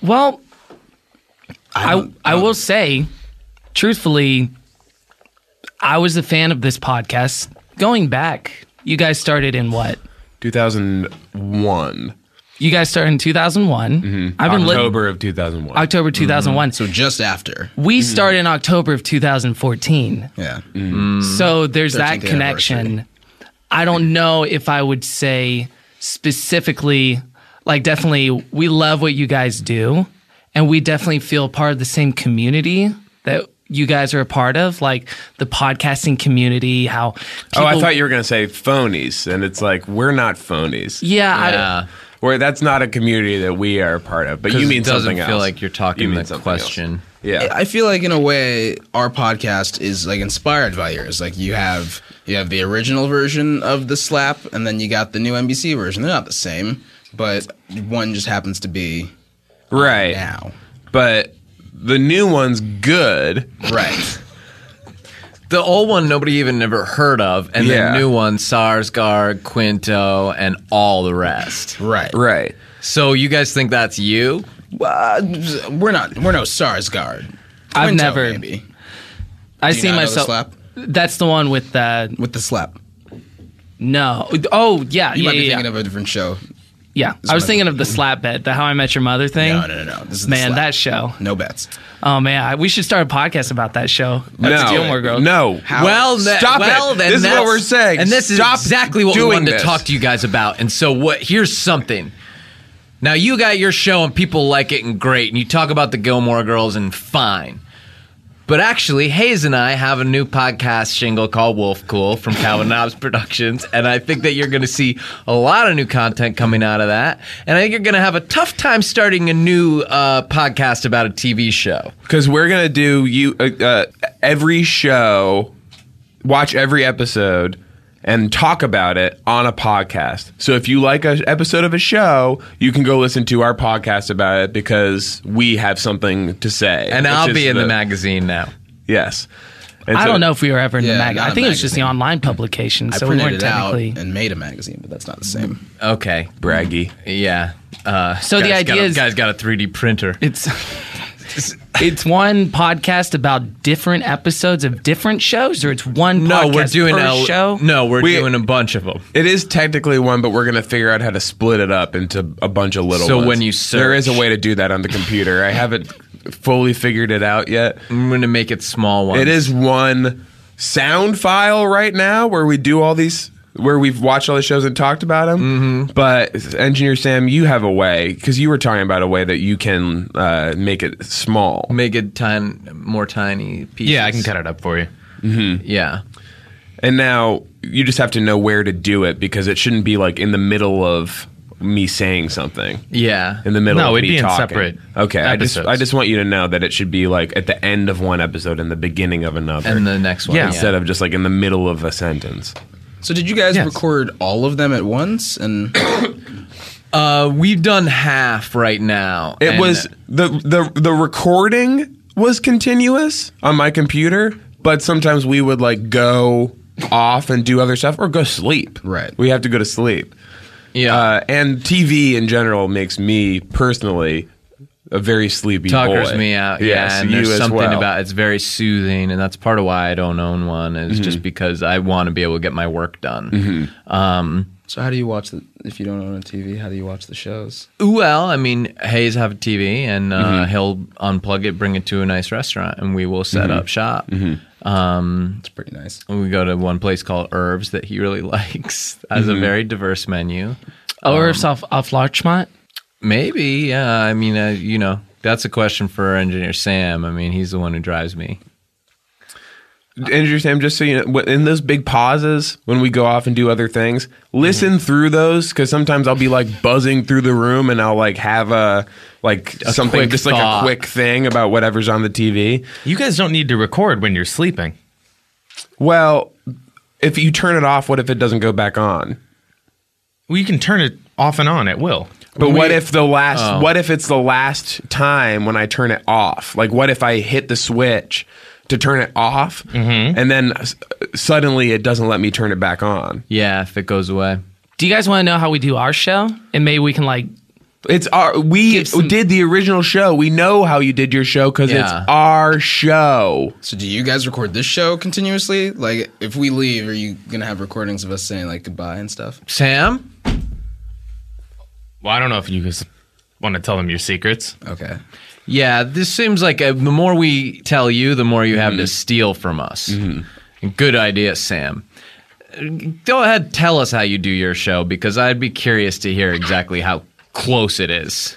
S10: Well, I I will say, truthfully, I was a fan of this podcast going back. You guys started in what?
S2: 2001.
S10: You guys started in 2001. I've been li-
S2: Mm-hmm. October Mm-hmm. of 2001.
S10: October 2001.
S9: So just after.
S10: We
S2: Mm-hmm.
S10: started in October of 2014.
S9: Yeah.
S2: Mm-hmm.
S10: So there's that
S9: 13th
S10: connection. I don't know if I would say specifically, like, definitely, we love what you guys do, and we definitely feel part of the same community that you guys are a part of, like the podcasting community. How
S2: Oh, I
S10: people-
S2: thought you were going to say phonies, and it's like we're not phonies.
S10: yeah, I-
S1: Yeah.
S2: Where that's not a community that we are a part of, but
S1: 'Cause
S2: you
S1: it
S2: mean
S1: doesn't
S2: something else.
S1: feel like you're talking
S2: You mean
S1: the
S2: something
S1: question.
S2: else. Yeah.
S9: I feel like in a way our podcast is like inspired by yours. Like you have you have the original version of the slap, and then you got the new NBC version. They're not the same, but one just happens to be
S2: Right.
S9: now.
S2: But the new one's good.
S9: Right.
S1: The old one nobody even ever heard of, and
S2: Yeah.
S1: the new one, Sarsgaard, Quinto, and all the rest.
S9: Right.
S2: Right.
S1: So you guys think that's you?
S9: Uh, we're not. We're no Sarsgaard.
S10: I've
S9: Quinto,
S10: never-
S9: Maybe.
S10: I
S9: Do you
S10: see
S9: not know the
S10: myself.
S9: slap
S10: That's the one with uh,
S9: with the slap.
S10: no. Oh yeah,
S9: You
S10: yeah,
S9: might be
S10: yeah,
S9: thinking
S10: yeah.
S9: of a different show.
S10: yeah. I was thinking of the slap bet, the How I Met Your Mother thing.
S9: No, no, no, no. This is the
S10: Man,
S9: slap.
S10: that show.
S9: No bets.
S10: Oh man, I, we should start a podcast about that show. That's
S2: no.
S10: Gilmore Girls.
S2: No.
S1: Well, ne-
S2: Stop
S1: well,
S2: it.
S1: Then
S2: this is what
S1: that's-
S2: we're saying.
S1: and this
S2: Stop
S1: is exactly what we
S2: doing
S1: wanted
S2: this.
S1: to talk to you guys about. And so, what? Here's something. Now you got your show, and people like it, and great, and you talk about the Gilmore Girls, and fine. But actually, Hayes and I have a new podcast shingle called Wolf Cool from Calvin Knobs Productions, and I think that you're going to see a lot of new content coming out of that. And I think you're going to have a tough time starting a new uh, podcast about a TV show.
S2: Because we're gonna do you uh, uh, every show, watch every episode, and talk about it on a podcast. So if you like an episode of a show, you can go listen to our podcast about it because we have something to say.
S1: And
S2: which
S1: I'll
S2: is
S1: be in the, magazine now.
S2: Yes, And
S10: I
S2: so-
S10: don't know if we were ever in
S9: Yeah,
S10: the mag.
S9: not
S10: I
S9: a
S10: think it was just the
S9: magazine.
S10: online publication,
S9: I
S10: so we
S9: printed
S10: weren't
S9: it out
S10: technically.
S9: Oh, and made a magazine, but that's not the
S10: Mm-hmm.
S9: same.
S1: Okay.
S2: braggy.
S1: Yeah. Uh,
S10: So the
S1: guys
S10: idea
S1: got a,
S10: is-
S1: guys got a 3D printer.
S10: It's it's one podcast about different episodes of different shows, or it's one
S1: No,
S10: podcast
S1: we're doing
S10: per
S1: a
S10: show.
S1: No, we're
S2: We-
S1: doing a bunch of them.
S2: It is technically one, but we're gonna figure out how to split it up into a bunch of little.
S1: So
S2: ones.
S1: when you
S2: there is a
S1: search-
S2: way to do that on the computer. I haven't fully figured it out yet.
S1: I'm going to make it small ones.
S2: It is one sound file right now where we do all these, where we've watched all the shows and talked about them. Mm-hmm. But engineer Sam, you have a way because you were talking about a way that you can uh, make it small.
S1: Make it tin- more tiny pieces.
S11: Yeah, I can cut it up for you.
S1: Yeah.
S2: And now you just have to know where to do it because it shouldn't be like in the middle of me saying something.
S1: Yeah.
S2: In the middle
S11: No,
S2: of
S11: it'd
S2: me
S11: be in
S2: talking.
S11: separate
S2: okay, I just
S11: episodes.
S2: I just want you to know that it should be like at the end of one episode and the beginning of another.
S1: And the next one.
S2: yeah, instead of just like in the middle of a sentence.
S9: So did you guys
S11: Yes.
S9: record all of them at once? And
S1: Uh, we've done half right now.
S2: It
S1: and-
S2: was the the the recording was continuous on my computer, but sometimes we would like go off and do other stuff or go sleep.
S9: Right.
S2: We have to go to sleep.
S1: Yeah.
S2: Uh, and TV in general makes me personally a very sleepy
S1: Tuckers
S2: boy.
S1: me out.
S2: Yes,
S1: yeah, and
S2: you
S1: there's
S2: as
S1: something
S2: well.
S1: about it's very soothing, and that's part of why I don't own one is
S2: Mm-hmm.
S1: just because I want to be able to get my work done. Um,
S9: so how do you watch the, if you don't own a TV? How do you watch the shows?
S1: well, I mean, Hayes have a TV, and uh,
S2: Mm-hmm.
S1: he'll unplug it, bring it to a nice restaurant, and we will
S2: Mm-hmm.
S1: set up shop. Um,
S9: It's pretty nice.
S1: we go to one place called Herbs that he really likes. Has
S2: Mm-hmm.
S1: a very diverse menu.
S10: or it's off off Larchmont.
S1: Maybe, yeah. I mean, uh, you know, that's a question for engineer Sam. I mean, he's the one who drives me.
S2: Andrew Sam, just so you know, wh- in those big pauses when we go off and do other things, listen
S11: Mm-hmm.
S2: through those because sometimes I'll be like buzzing through the room and I'll like have a like
S11: A
S2: something
S11: quick
S2: just
S11: thought.
S2: like a quick thing about whatever's on the TV.
S11: You guys don't need to record when you're sleeping.
S2: Well, if you turn it off, what if it doesn't go back on?
S11: Well, you can turn it off and on at will.
S2: But
S11: We-
S2: what if the last?
S11: Oh.
S2: What if it's the last time when I turn it off? Like, what if I hit the switch to turn it off,
S11: Mm-hmm.
S2: and then s- suddenly it doesn't let me turn it back on?
S1: Yeah, if it goes away.
S10: Do you guys want to know how we do our show? And maybe we can like.
S2: It's our we did the original show. We know how you did your show because
S9: Yeah.
S2: it's our show.
S9: So do you guys record this show continuously? Like if we leave, are you gonna have recordings of us saying like goodbye and stuff?
S1: Sam?
S11: Well, I don't know if you guys want to tell them your secrets.
S9: Okay.
S1: Yeah, this seems like uh the more we tell you, the more you have to steal from us. Good idea, Sam. Uh, Go ahead, tell us how you do your show because I'd be curious to hear exactly how close it is.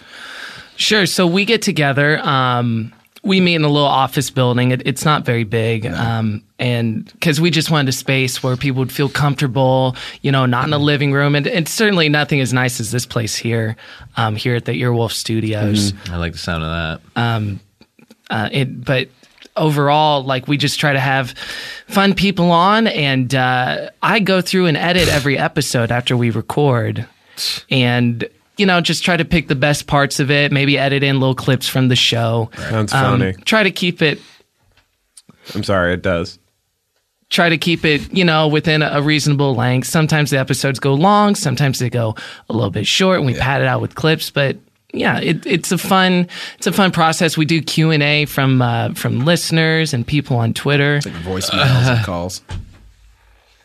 S10: Sure. So we get together. Um, we meet in a little office building. It, it's not very big. Um, and because we just wanted a space where people would feel comfortable, you know, not in a living room. And, and certainly nothing as nice as this place here, um, here at the Earwolf Studios.
S1: Mhm. I like the sound of that.
S10: Um, uh, it, but overall, like we just try to have fun people on, and uh, I go through and edit every episode after we record, and you know just try to pick the best parts of it. Maybe edit in little clips from the show. Um,
S2: Sounds funny.
S10: Try to keep it.
S2: I'm sorry, it does.
S10: Try to keep it, you know, within a reasonable length. Sometimes the episodes go long, sometimes they go a little bit short, and we pad it out with clips. But yeah, it, it's a fun, it's a fun process. We do Q and A from uh, from listeners and people on Twitter.
S9: Voicemails and calls.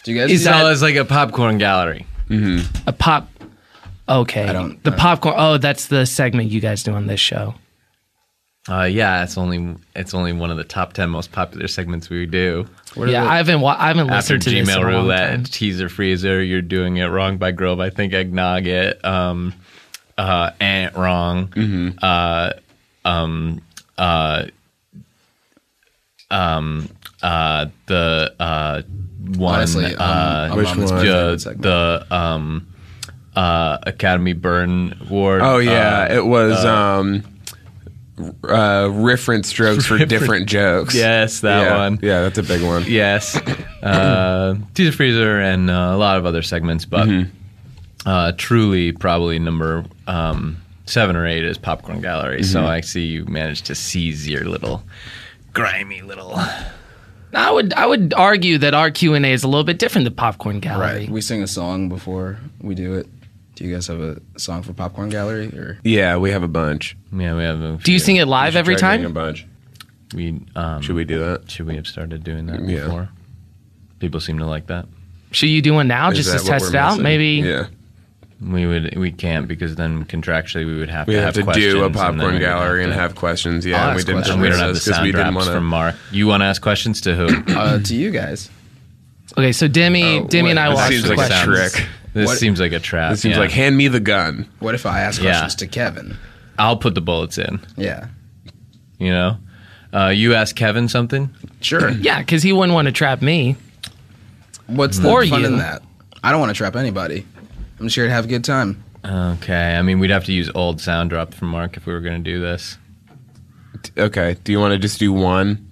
S9: Do you guys
S10: Is
S9: do
S10: that-
S1: Oh, it's like a popcorn gallery.
S10: Mm-hmm. A pop. Okay. I don't, the popcorn. Oh, that's the segment you guys do on this show.
S1: Uh, yeah, it's only it's only one of the top ten most popular segments we do. What are
S10: yeah,
S1: the-
S10: I haven't. Wa- I haven't
S1: After
S10: listened to
S1: Gmail
S10: this in a long
S1: Roulette,
S10: time.
S1: Teaser Freezer, You're Doing It Wrong by Grove, I think Eggnog It, um, uh, Ant Wrong,
S9: Mm-hmm.
S1: uh, um, uh, um, uh, the uh, one,
S9: Honestly, um,
S1: uh,
S9: Which I'm on this one? favorite
S1: The, the um, uh, Academy Burn Award.
S2: Oh yeah,
S1: uh,
S2: it was
S1: uh,
S2: um uh reference strokes for different jokes.
S1: Yes, that
S2: Yeah.
S1: one.
S2: Yeah, that's a big one.
S1: Yes. Uh, Teaser Freezer and uh, a lot of other segments, but
S2: Mm-hmm.
S1: uh, truly probably number um, seven or eight is Popcorn Gallery. So
S10: Mhm.
S2: Mm-hmm.
S1: I see you managed to seize your little grimy little.
S10: I would. I would argue that our Q and A is a little bit different than popcorn gallery.
S9: Right. We sing a song before we do it. Do you guys have a song for Popcorn Gallery or
S2: Yeah, we have a bunch.
S1: Yeah, we have. A
S10: Do you sing it live every time?
S2: A bunch.
S1: We um,
S2: should we do that?
S1: Should we have started doing that
S2: Yeah.
S1: before? People seem to like that.
S10: Should you do one now just to test it out? Maybe.
S1: We would. We can't because then contractually we would have
S2: We
S1: to
S2: have, to
S1: questions
S2: do a
S1: and then we
S2: popcorn
S1: would
S2: gallery and
S1: to-
S2: have questions.
S1: I'll
S2: Yeah, and
S1: ask
S2: we didn't
S1: questions. We don't have the
S2: this because
S1: sound
S2: we didn't
S1: drops
S2: want to.
S1: from Mark. You want to ask questions to who?
S9: uh, to you guys?
S10: Okay. So Demi, Demi, and I will
S1: Oh, This
S10: ask
S1: seems
S10: the
S1: like a
S10: questions.
S1: trick. This
S9: What-
S1: seems like a trap.
S2: This seems
S1: Uh, yeah.
S2: like hand me the gun.
S9: What if I ask
S1: Yeah.
S9: questions to Kevin?
S1: I'll put the bullets in.
S9: Yeah.
S1: You know, uh, you ask Kevin something.
S9: Sure.
S10: Yeah, because he wouldn't want to trap me.
S9: What's the
S10: Or
S9: fun
S10: you.
S9: in that? I don't want to trap anybody. I'm just here to have a good time.
S1: Okay, I mean we'd have to use old sound drop from Mark if we were going to do this.
S2: Okay, do you want to just do one?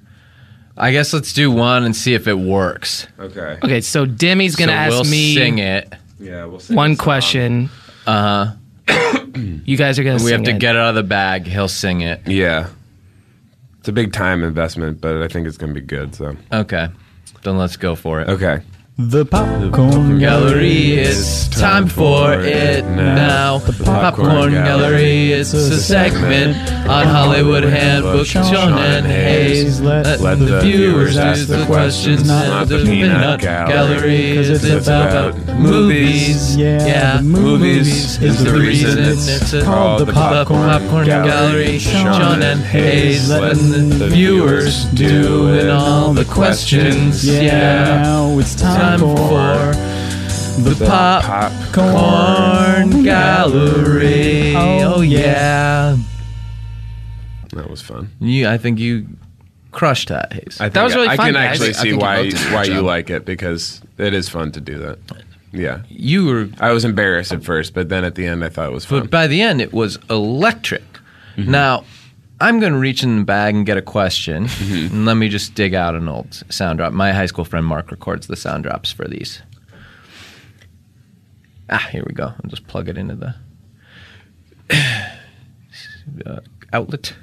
S1: I guess let's do one and see if it works.
S2: Okay.
S10: Okay. So Demi's gonna
S1: So
S10: ask
S1: we'll
S10: me
S1: Sing it.
S2: Yeah, we'll see.
S10: one question.
S1: Uh
S10: You guys are gonna.
S1: huh. We have
S10: sing
S1: to
S10: it.
S1: get it out of the bag. He'll sing it.
S2: Yeah, it's a big time investment, but I think it's going to be good. So
S1: Okay, then let's go for it.
S2: okay.
S12: The popcorn
S1: Gallery, it's time for it now. The Popcorn Gallery, it's a segment on Hollywood Handbook. Sean and Hayes, let the viewers ask the questions. Not the Peanut Gallery, it's about movies. Yeah, movies is the reason it's called the Pop- Popcorn Gallery. Sean and Hayes, letting the viewers do it all the questions. Yeah.
S12: Now it's time, for
S1: The pop popcorn gallery.
S12: Oh,
S1: Oh yeah.
S2: That was fun.
S1: You, I think you crushed that, Hayes.
S2: I think I can actually see why why you like it because it is fun to do that. Yeah,
S1: you were.
S2: I was embarrassed at first, but then at the end, I thought it was fun.
S1: But by the end, it was electric.
S13: Mm-hmm.
S1: Now, I'm going to reach in the bag and get a question.
S13: Mm-hmm.
S1: And let me just dig out an old sound drop. My high school friend Mark records the sound drops for these. Ah, here we go. I'll just plug it into the uh, outlet.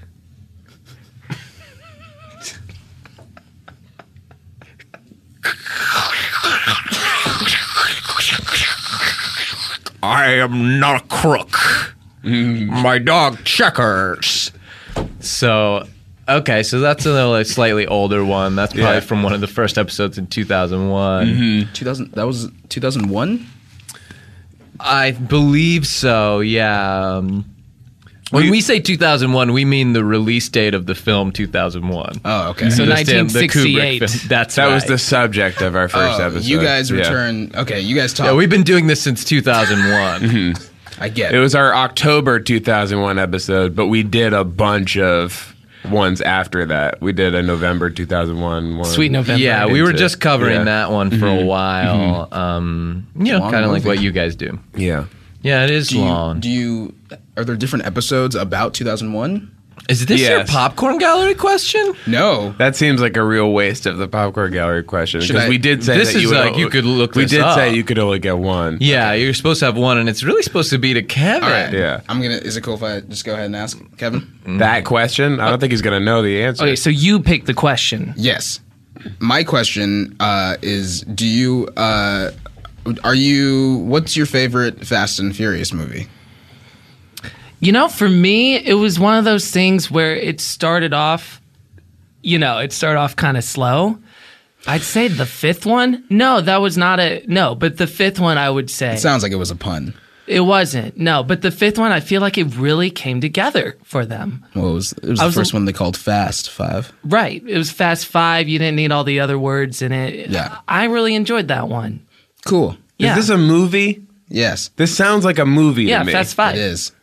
S13: I am not a crook.
S1: Mm.
S13: My dog checkers.
S1: So, okay, so that's a little- slightly older one. That's probably
S9: Yeah.
S1: from one of the first episodes in 2001.
S13: Mm-hmm.
S9: 2000. That was 2001.
S1: I believe so. Yeah. Um, when we, say 2001, we mean the release date of the film 2001.
S9: Oh, okay.
S1: So The Stan- the Kubrick film. That's
S2: that was
S1: right.
S2: the subject of our first
S9: Oh,
S2: episode.
S9: you guys
S2: Yeah.
S9: return. Okay, you guys talk.
S1: Yeah, we've been doing this since 2001.
S9: I get
S2: It was our October 2001 episode, but we did a bunch of ones after that. We did a November 2001 one.
S1: Yeah, we were
S2: Into-
S1: just covering
S2: yeah.
S1: that one for a
S2: Mhm.
S1: while. Um, you know,
S9: Long
S1: kind of like
S9: movie.
S1: what you guys do.
S2: Yeah.
S1: Yeah, it is
S9: do you,
S1: long.
S9: Do you? Are there different episodes about 2001?
S1: Is this your popcorn gallery question?
S9: No.
S2: That seems like a real waste of the popcorn gallery question
S1: Should
S2: because
S1: I-
S2: we did say
S1: This
S2: that
S1: is
S2: you would
S1: like you could look
S2: We
S1: this
S2: did
S1: up.
S2: say you could only get one.
S1: Yeah, you're supposed to have one, and it's really supposed to be to Kevin.
S9: All right.
S2: Yeah.
S9: I'm gonna. Is it cool if I just go ahead and ask Kevin?
S1: Mm-hmm.
S2: That question, I don't think he's going to know the answer.
S10: Okay, so you pick the question.
S9: Yes. My question uh, is: Do you? Uh, are you? What's your favorite Fast and Furious movie?
S10: You know, for me, it was one of those things where it started off, you know, it started off kind of slow. I'd say the fifth one. No, that was not a no, but the fifth one I would say.
S9: It sounds like it was a pun.
S10: It wasn't. No, but the fifth one I feel like it really came together for them.
S9: Well, it was, it was
S10: I
S9: the
S10: was-
S9: first one they called Fast Five.
S10: Right. It was Fast 5. You didn't need all the other words in it.
S9: Yeah.
S10: I really enjoyed that one.
S9: Cool.
S10: Yeah.
S2: Is this a movie?
S9: Yes.
S2: This sounds like a movie
S10: Yeah,
S2: to me.
S10: Fast Five. It
S9: is.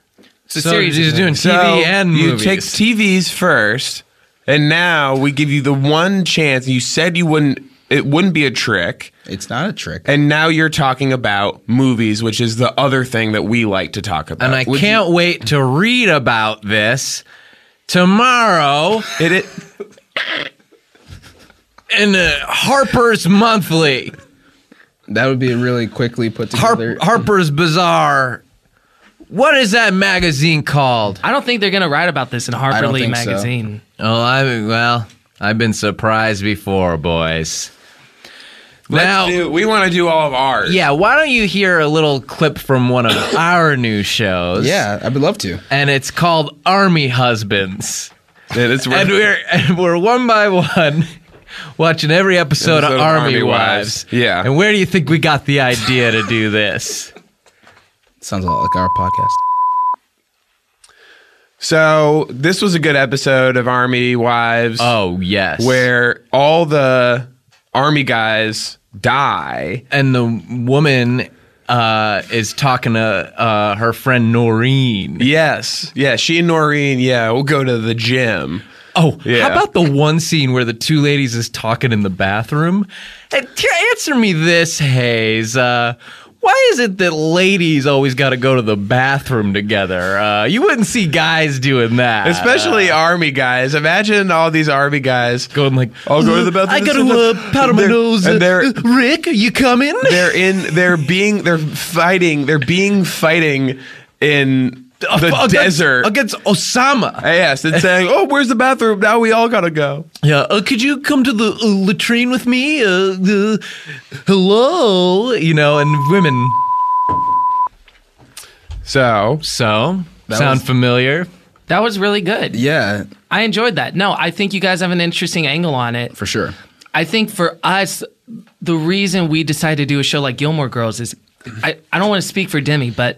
S10: It's a series of movies.
S2: So you
S1: movies.
S2: take TVs first, and now we give you the one chance. You said you wouldn't. It wouldn't be a trick.
S9: It's not a trick.
S2: And now you're talking about movies, which is the other thing that we like to talk about.
S1: And I can't wait to read about this tomorrow.
S2: It, it
S1: in the Harper's Monthly,
S9: That would be a really quickly put together.
S1: Har- Harper's Bazaar. What is that magazine called?
S10: I don't think they're going to write about this in Harper Lee magazine.
S1: Oh, I well, I've been surprised before, boys. now
S2: Let's do, we want to do all of ours.
S1: Oh. Yeah, why don't you hear a little clip from one of our new shows?
S9: Yeah, I would love to.
S1: And it's called Army Husbands.
S2: it's
S1: and we're and we're one by one watching every episode,
S2: Episode
S1: of,
S2: of
S1: Army,
S2: Army
S1: Wives.
S2: Wives. Yeah.
S1: And where do you think we got the idea to do this?
S9: Sounds a lot like our podcast.
S2: So this was a good episode of Army Wives.
S1: Oh yes,
S2: where all the army guys die.
S1: And the woman uh, is talking to uh, her friend Noreen.
S2: Yes, yeah, she and Noreen. Yeah, we'll go to the gym.
S1: Oh,
S2: Yeah.
S1: how about the one scene where the two ladies is talking in the bathroom? And t- answer me this, Hayes. Uh, why is it that ladies always got to go to the bathroom together? Uh, you wouldn't see guys doing that, Uh,
S2: Especially army guys. Imagine all these army guys
S1: going like,
S2: "I'll go to the bathroom."
S1: I gotta, uh, powder my nose, uh, Rick, are you coming?
S2: They're in. They're being. They're fighting. They're being fighting in the
S1: against-
S2: desert.
S1: against Osama.
S2: Yes, and saying, "Oh, where's the bathroom? Now we all gotta go."
S1: Yeah, uh, could you come to the uh, latrine with me? Uh, uh, hello, you know, and women.
S2: So,
S1: so
S10: That
S1: sound
S10: was-
S1: familiar?
S10: That was really good.
S9: Yeah,
S10: I enjoyed that. No, I think you guys have an interesting angle on it.
S9: for sure.
S10: I think for us, the reason we decided to do a show like Gilmore Girls is I, I don't want to speak for Demi, but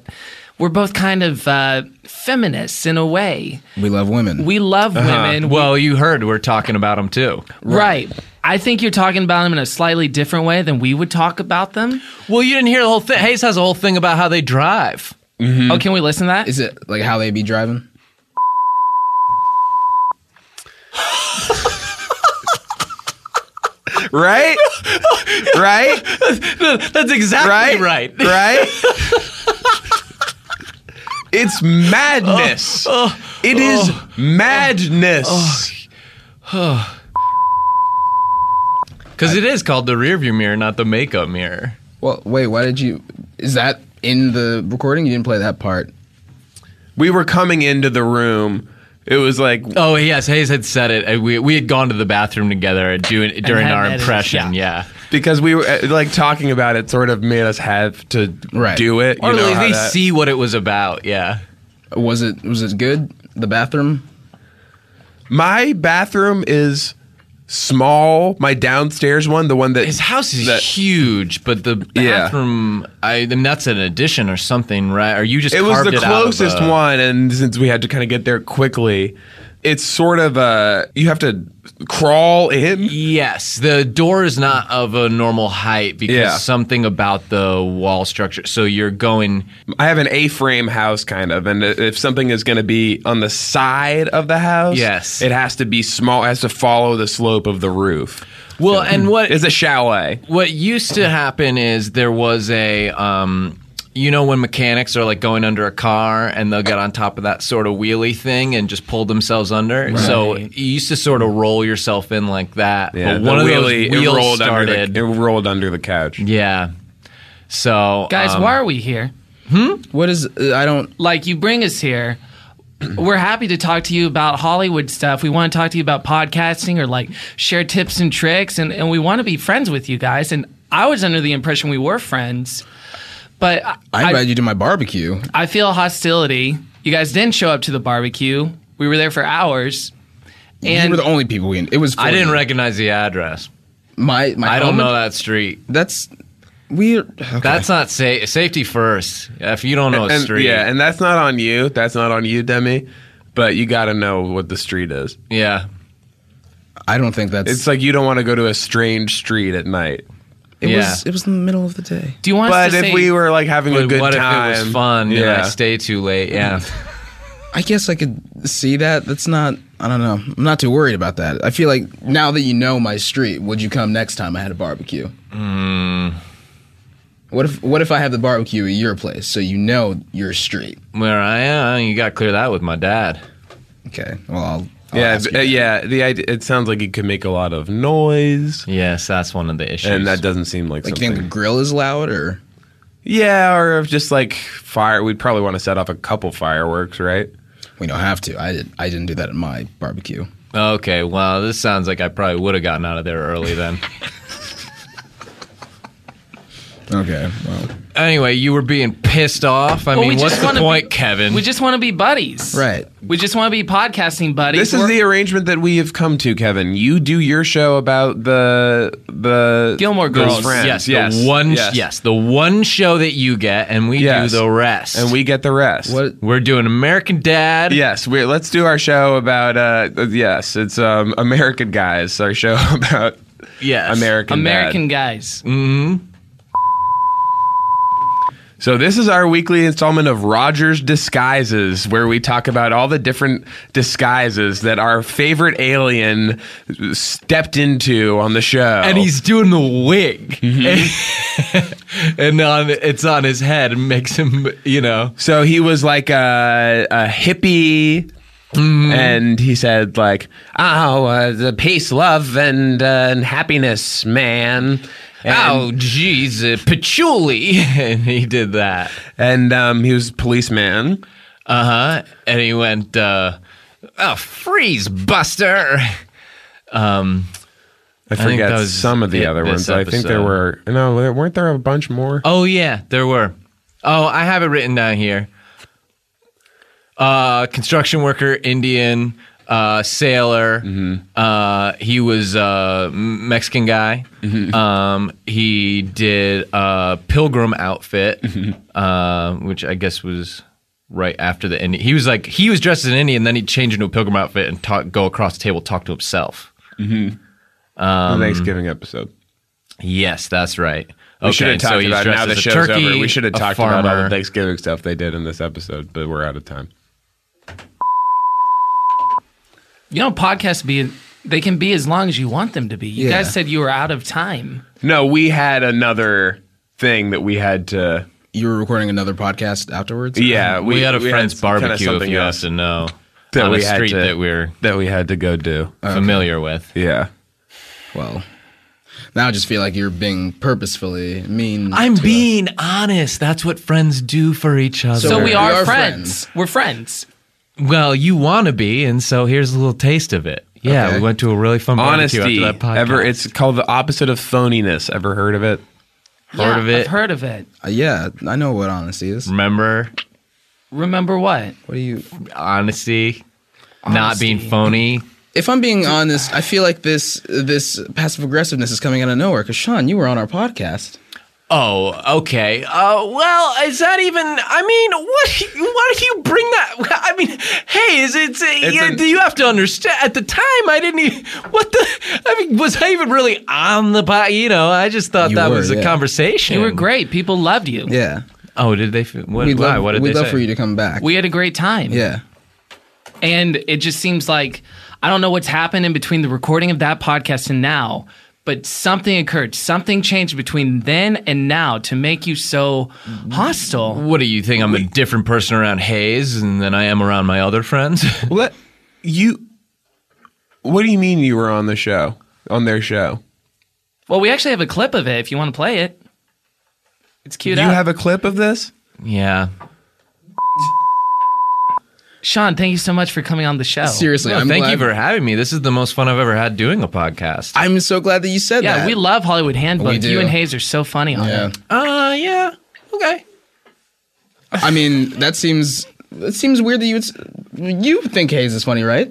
S10: we're both kind of uh, feminists in a way.
S9: We love women.
S10: We love
S1: Uh-huh.
S10: women. We-
S1: Well, you heard we're talking about them too.
S10: right. I think you're talking about them in a slightly different way than we would talk about them.
S1: Well, you didn't hear the whole thing. Hayes has a whole thing about how they drive.
S10: Oh, can we listen to that?
S9: Hmm. Is it like how they be driving?
S2: right? right?
S1: That's exactly
S2: right. Right? it's madness.
S1: Oh,
S2: It is madness.
S1: Because it is called the rearview mirror, not the makeup mirror.
S9: Well, wait, why did you? Is that in the recording? You didn't play that part.
S2: We were coming into the room. It was like
S1: oh yes, Hayes had said it. and We we had gone to the bathroom together uh, doing, during
S2: had
S1: our
S2: edited,
S1: impression. Yeah.
S2: Because we were uh, like talking about it, sort of made us have to do it.
S1: or
S2: you know
S1: at least
S2: how
S1: they
S2: that-
S1: see what it was about. Yeah.
S9: Was it was it good? The bathroom.
S2: My bathroom is small. My downstairs one, the one that his
S1: house is huge, but the Bathroom. I, mean, that's an addition or something, right? Or you just
S2: it was
S1: carved
S2: the
S1: out of uh,
S2: closest
S1: a-
S2: one, and since we had to kind of get there quickly, it's sort of a you have to crawl in.
S1: Yes, the door is not of a normal height because
S2: Yeah.
S1: something about the wall structure. So you're going.
S2: I have an A-frame house, kind of, and if something is going to be on the side of the house,
S1: Yes.
S2: it has to be small. It has to follow the slope of the roof.
S1: Well, and what
S2: is a chalet?
S1: What used to happen is there was a, um, you know, when mechanics are like going under a car and they'll get on top of that sort of wheelie thing and just pull themselves under.
S2: Right.
S1: So you used to sort of roll yourself in like that.
S2: Yeah,
S1: but
S2: the
S1: one of
S2: wheelie- it
S1: those wheels
S2: rolled under the-
S1: started.
S2: it rolled under the couch.
S1: Yeah. So
S10: Guys,
S1: um,
S10: why are we here?
S9: Hmm? What is? Uh, I don't.
S10: Like, you bring us here. We're happy to talk to you about Hollywood stuff. We want to talk to you about podcasting or like share tips and tricks. And, and we want to be friends with you guys. And I was under the impression we were friends, but I,
S9: I invited you to my barbecue.
S10: I feel hostility. You guys didn't show up to the barbecue. We were there for hours.
S9: you
S10: And
S9: were the only people we. It was.
S1: I
S9: 40.
S1: didn't recognize the address.
S9: My my.
S1: I don't
S9: home
S1: know
S9: ad-
S1: that street.
S9: That's weird.
S1: That's not safe. Safety first. If you don't know a
S2: and,
S1: Oh, street,
S2: Yeah, and that's not on you. That's not on you, Demi. But you got to know what the street is.
S1: Yeah.
S9: I don't think that's.
S2: It's like you don't want to go to a strange street at night.
S9: It was. It was in the middle of the day.
S10: Do you want?
S2: But if we were like having a
S1: But
S2: good
S1: what if it
S2: time,
S1: was fun and I
S2: stay
S1: too late. Yeah.
S9: I guess I could see that. That's not. I don't know. I'm not too worried about that. I feel like now that you know my street, would you come next time I had a barbecue?
S1: Hmm.
S9: What if What if I have the barbecue at your place so you know your street?
S1: Where I am, you got to clear that with my dad.
S9: Okay. Well, I'll,
S2: yeah, uh, yeah. The idea, it sounds like it could make a lot of noise.
S1: Yes, that's one of the issues.
S2: And that doesn't seem like,
S9: Like, you
S2: something.
S9: think the grill is loud or?
S2: yeah, or if just like fire, we'd probably want to set off a couple fireworks, right?
S9: We don't have to. I did. I didn't do that at my barbecue.
S1: Okay, well, this sounds like I probably would have gotten out of there early then.
S9: Okay. Well.
S1: anyway, you were being pissed off. I
S10: Well, we
S1: mean, what's
S10: just
S1: the
S10: wanna
S1: point,
S10: be-
S1: Kevin?
S10: We just want to be buddies.
S9: Right.
S10: We just want to be podcasting buddies.
S2: This is the arrangement that we have come to, Kevin. You do your show about the the
S10: Gilmore
S2: those
S1: Girls,
S2: friends.
S1: yes, the one- yes, the one show that you get, and we do the rest.
S2: and we get the rest.
S1: What we're doing, American Dad.
S2: Yes, we let's do our show about. Uh, uh, yes, it's um, American Guys. Our show about.
S1: Yes,
S2: American
S10: American
S2: Dad.
S10: guys.
S1: Mm-hmm.
S2: So this is our weekly installment of Rogers Disguises, where we talk about all the different disguises that our favorite alien stepped into on the show.
S1: and he's doing the wig, and on it's on his head and makes him, you know.
S2: So he was like a, a hippie.
S1: Mm-hmm.
S2: And he said, like, oh, uh, the peace, love, and, uh, and happiness, man.
S1: oh, jeez, uh, patchouli, and he did that.
S2: And um, he was a policeman.
S1: Uh huh. And he went, uh, oh, freeze, Buster. Um,
S2: I
S1: think
S2: forget
S1: that was
S2: some of the
S1: it
S2: other
S1: this
S2: ones. I think there
S1: episode.
S2: were no, there weren't there a bunch more.
S1: Oh yeah, there were. Oh, I have it written down here. Uh, construction worker, Indian, uh, sailor.
S2: Mm-hmm.
S1: Uh, he was uh, M- Mexican guy.
S2: Mm-hmm.
S1: Um, he did a pilgrim outfit,
S2: Mm-hmm.
S1: uh, which I guess was right after the Indian. He was like he was dressed as an Indian, then he'd change into a pilgrim outfit and talk, go across the table, talk to himself.
S2: Mm-hmm.
S1: Um,
S2: the Thanksgiving episode.
S1: Yes, that's right.
S2: We should have
S1: so
S2: talked
S1: he's
S2: about it.
S1: dressed
S2: now the
S1: as a
S2: show's
S1: turkey,
S2: over. We should have
S1: a
S2: talked about all
S1: farmer.
S2: the Thanksgiving stuff they did in this episode, but we're out of time.
S10: You know, podcasts would be They can be as long as you want them to be. You
S2: Yeah.
S10: guys said you were out of time.
S2: No, we had another thing that we had to.
S9: You were recording another podcast afterwards.
S2: Yeah,
S1: Um, we, had a friend's
S2: kinda
S1: barbecue. If
S2: something
S1: you
S2: else
S1: asked to know
S2: that
S1: on
S2: we
S1: a
S2: had
S1: street
S2: to,
S1: that we're
S2: that we had to go do
S1: familiar with.
S2: Yeah.
S9: Well, now I just feel like you're being purposefully mean.
S1: I'm being honest. That's what friends do for each other.
S10: So, we are, friends. We're friends.
S1: Well, you want to be, and so here's a little taste of it. Yeah,
S2: Okay.
S1: we went to a really fun barbecue
S2: Honesty.
S1: after that podcast.
S2: Ever, it's called the opposite of phoniness. Ever heard of it?
S10: Yeah, I've heard of it.
S9: Uh, yeah, I know what honesty is.
S1: Remember?
S10: Remember what?
S9: What do you?
S1: Honesty, not being phony.
S9: If I'm being honest, I feel like this this passive aggressiveness is coming out of nowhere. Because Sean, you were on our podcast.
S1: Oh, okay. Uh, well, is that even? I mean, what? Why do you bring that? I mean, hey, is it? yeah,
S2: an-
S1: do you have to understand? At the time, I didn't. Even, what the? I mean, was I even really on the pot? You know, I just thought
S9: You
S1: that
S9: were,
S1: was
S9: yeah.
S1: a conversation.
S10: You were great. People loved you.
S9: Yeah.
S1: Oh, did they? f- What,
S9: we'd
S1: why?
S9: love,
S1: what did
S9: we'd
S1: they
S9: love
S1: say?
S9: for you to come back.
S10: We had a great time.
S9: yeah.
S10: And it just seems like I don't know what's happened in between the recording of that podcast and now, but something occurred. Something changed between then and now to make you so hostile.
S1: What do you think? I'm a different person around Hayes than I am around my other friends.
S2: Let you. What do you mean you were on the show? On their show?
S10: Well, we actually have a clip of it if you want to play it. It's cute.
S2: you
S10: up.
S2: have a clip of this?
S1: Yeah.
S10: Sean, thank you so much for coming on the show.
S1: No, thank you for having me. This is the most fun I've ever had doing a podcast.
S9: I'm so glad that you said
S10: Yeah, we love Hollywood
S1: We
S10: Handbook.
S1: do.
S10: You and Hayes are so funny on
S9: Yeah.
S10: it.
S1: Uh, yeah. Okay.
S9: I mean, that seems that seems weird that you would, s- you think Hayes is funny, right?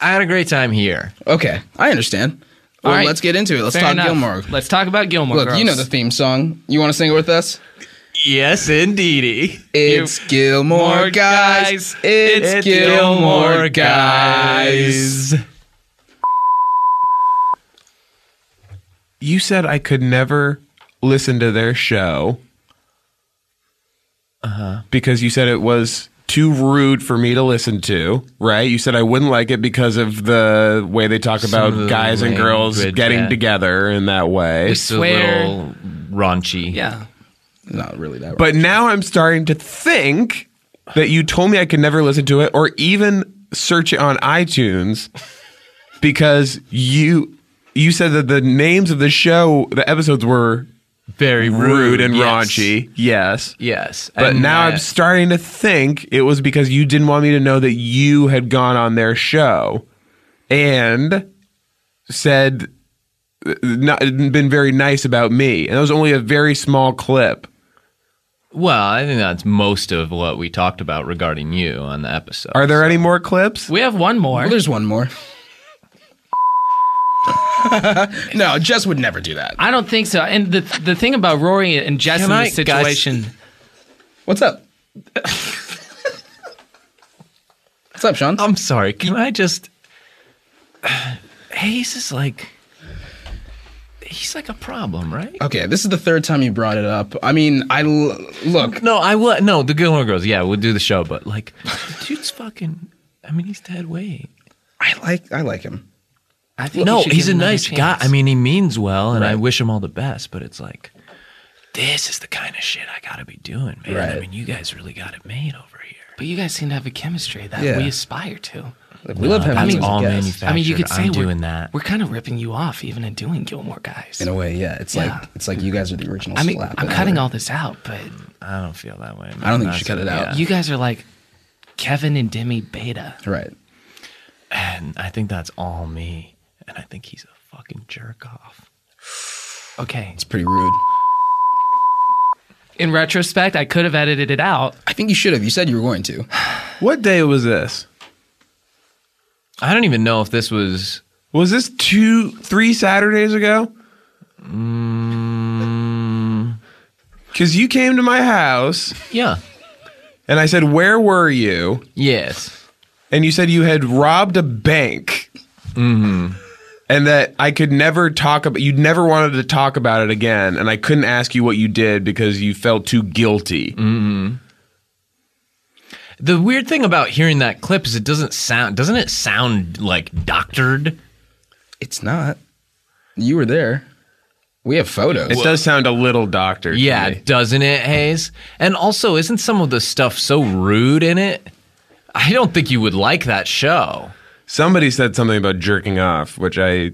S1: I had a great time here.
S9: Okay, I understand.
S10: All
S9: Well,
S10: right.
S9: let's get into it. Let's
S10: Fair
S9: talk
S10: enough.
S9: Gilmore.
S10: Let's talk about Gilmore.
S9: Look, you know
S10: Girls.
S9: the theme song. You want to sing it with us?
S1: Yes, indeedy.
S9: It's Gilmore
S10: More
S9: guys.
S10: guys.
S9: It's,
S10: It's
S9: Gilmore
S10: Gilmore
S9: guys.
S2: You said I could never listen to their show
S1: Uh-huh.
S2: because you said it was too rude for me to listen to, right? You said I wouldn't like it because of the way they talk
S1: Some
S2: about
S1: of the
S2: guys and girls
S1: language,
S2: getting
S1: yeah.
S2: together in that way.
S1: It's a little raunchy.
S10: Yeah.
S9: Not really that.
S2: But now I'm starting to think that you told me I could never listen to it or even search it on iTunes because you you said that the names of the show, the episodes were
S1: very
S2: rude and
S1: yes.
S2: raunchy. Yes.
S1: Yes.
S2: But
S1: And
S2: now
S1: I-
S2: I'm starting to think it was because you didn't want me to know that you had gone on their show and said not been very nice about me. And that was only a very small clip.
S1: Well, I think that's most of what we talked about regarding you on the episode.
S2: Are there any more clips?
S10: We have one more.
S9: Well, there's one more. no, Jess would never do that.
S10: I don't think so. And the the thing about Rory and Jess
S9: Can
S10: in
S9: I-
S10: this situation,
S9: What's up? What's up, Sean?
S1: I'm sorry. Can I just? Hayes is like, he's like a problem, right?
S9: Okay, this is the third time you brought it up. I mean, I l- look.
S1: No, I will. No, the Gilmore Girls. Yeah, we'll do the show, but like, the dude's fucking. I mean, he's dead weight.
S9: I like I like him.
S10: I think
S1: No,
S10: you should
S1: he's
S10: give
S1: a
S10: him another
S1: nice guy.
S10: chance.
S1: I mean, he means well, and I
S10: Right.
S1: wish him all the best. But it's like, this is the kind of shit I gotta be doing, man. I
S9: Right.
S1: mean, you guys really got it made over here.
S10: But you guys seem to have a chemistry that
S1: Yeah.
S10: we aspire to.
S9: we love having
S1: I
S9: you
S1: mean,
S9: as a
S1: all
S9: guest.
S1: manufactured.
S10: I mean, you could say
S1: I'm
S10: we're,
S1: doing that.
S10: we're kind of ripping you off even in doing Gilmore Guys.
S9: In a way, yeah. It's like it's like you guys are the original
S10: I mean,
S9: slap.
S10: I'm
S9: in a
S10: cutting
S9: way.
S10: all this out, but
S1: I don't feel that way. Man.
S9: I don't think you should cut it out.
S10: you guys are like Kevin and Demi Beta.
S9: Right.
S1: And I think that's all me. And I think he's a fucking jerk off.
S10: Okay.
S9: It's pretty rude.
S10: In retrospect, I could have edited it out.
S9: I think you should have. You said you were going to.
S2: What day was this?
S1: I don't even know if this was.
S2: Was this two, three Saturdays ago? Because you came to my house
S1: Yeah.
S2: and I said, Where were you?
S1: Yes.
S2: And you said you had robbed a bank and that I could never talk about you never wanted to talk about it again. And I couldn't ask you what you did because you felt too guilty.
S1: Mm-hmm. The weird thing about hearing that clip is it doesn't sound. Doesn't it sound like doctored?
S9: It's not. You were there. We have photos.
S2: It does sound a little doctored. to
S1: Yeah,
S2: me.
S1: doesn't it, Hayes? And also, isn't some of the stuff so rude in it? I don't think you would like that show.
S2: Somebody said something about jerking off, which I,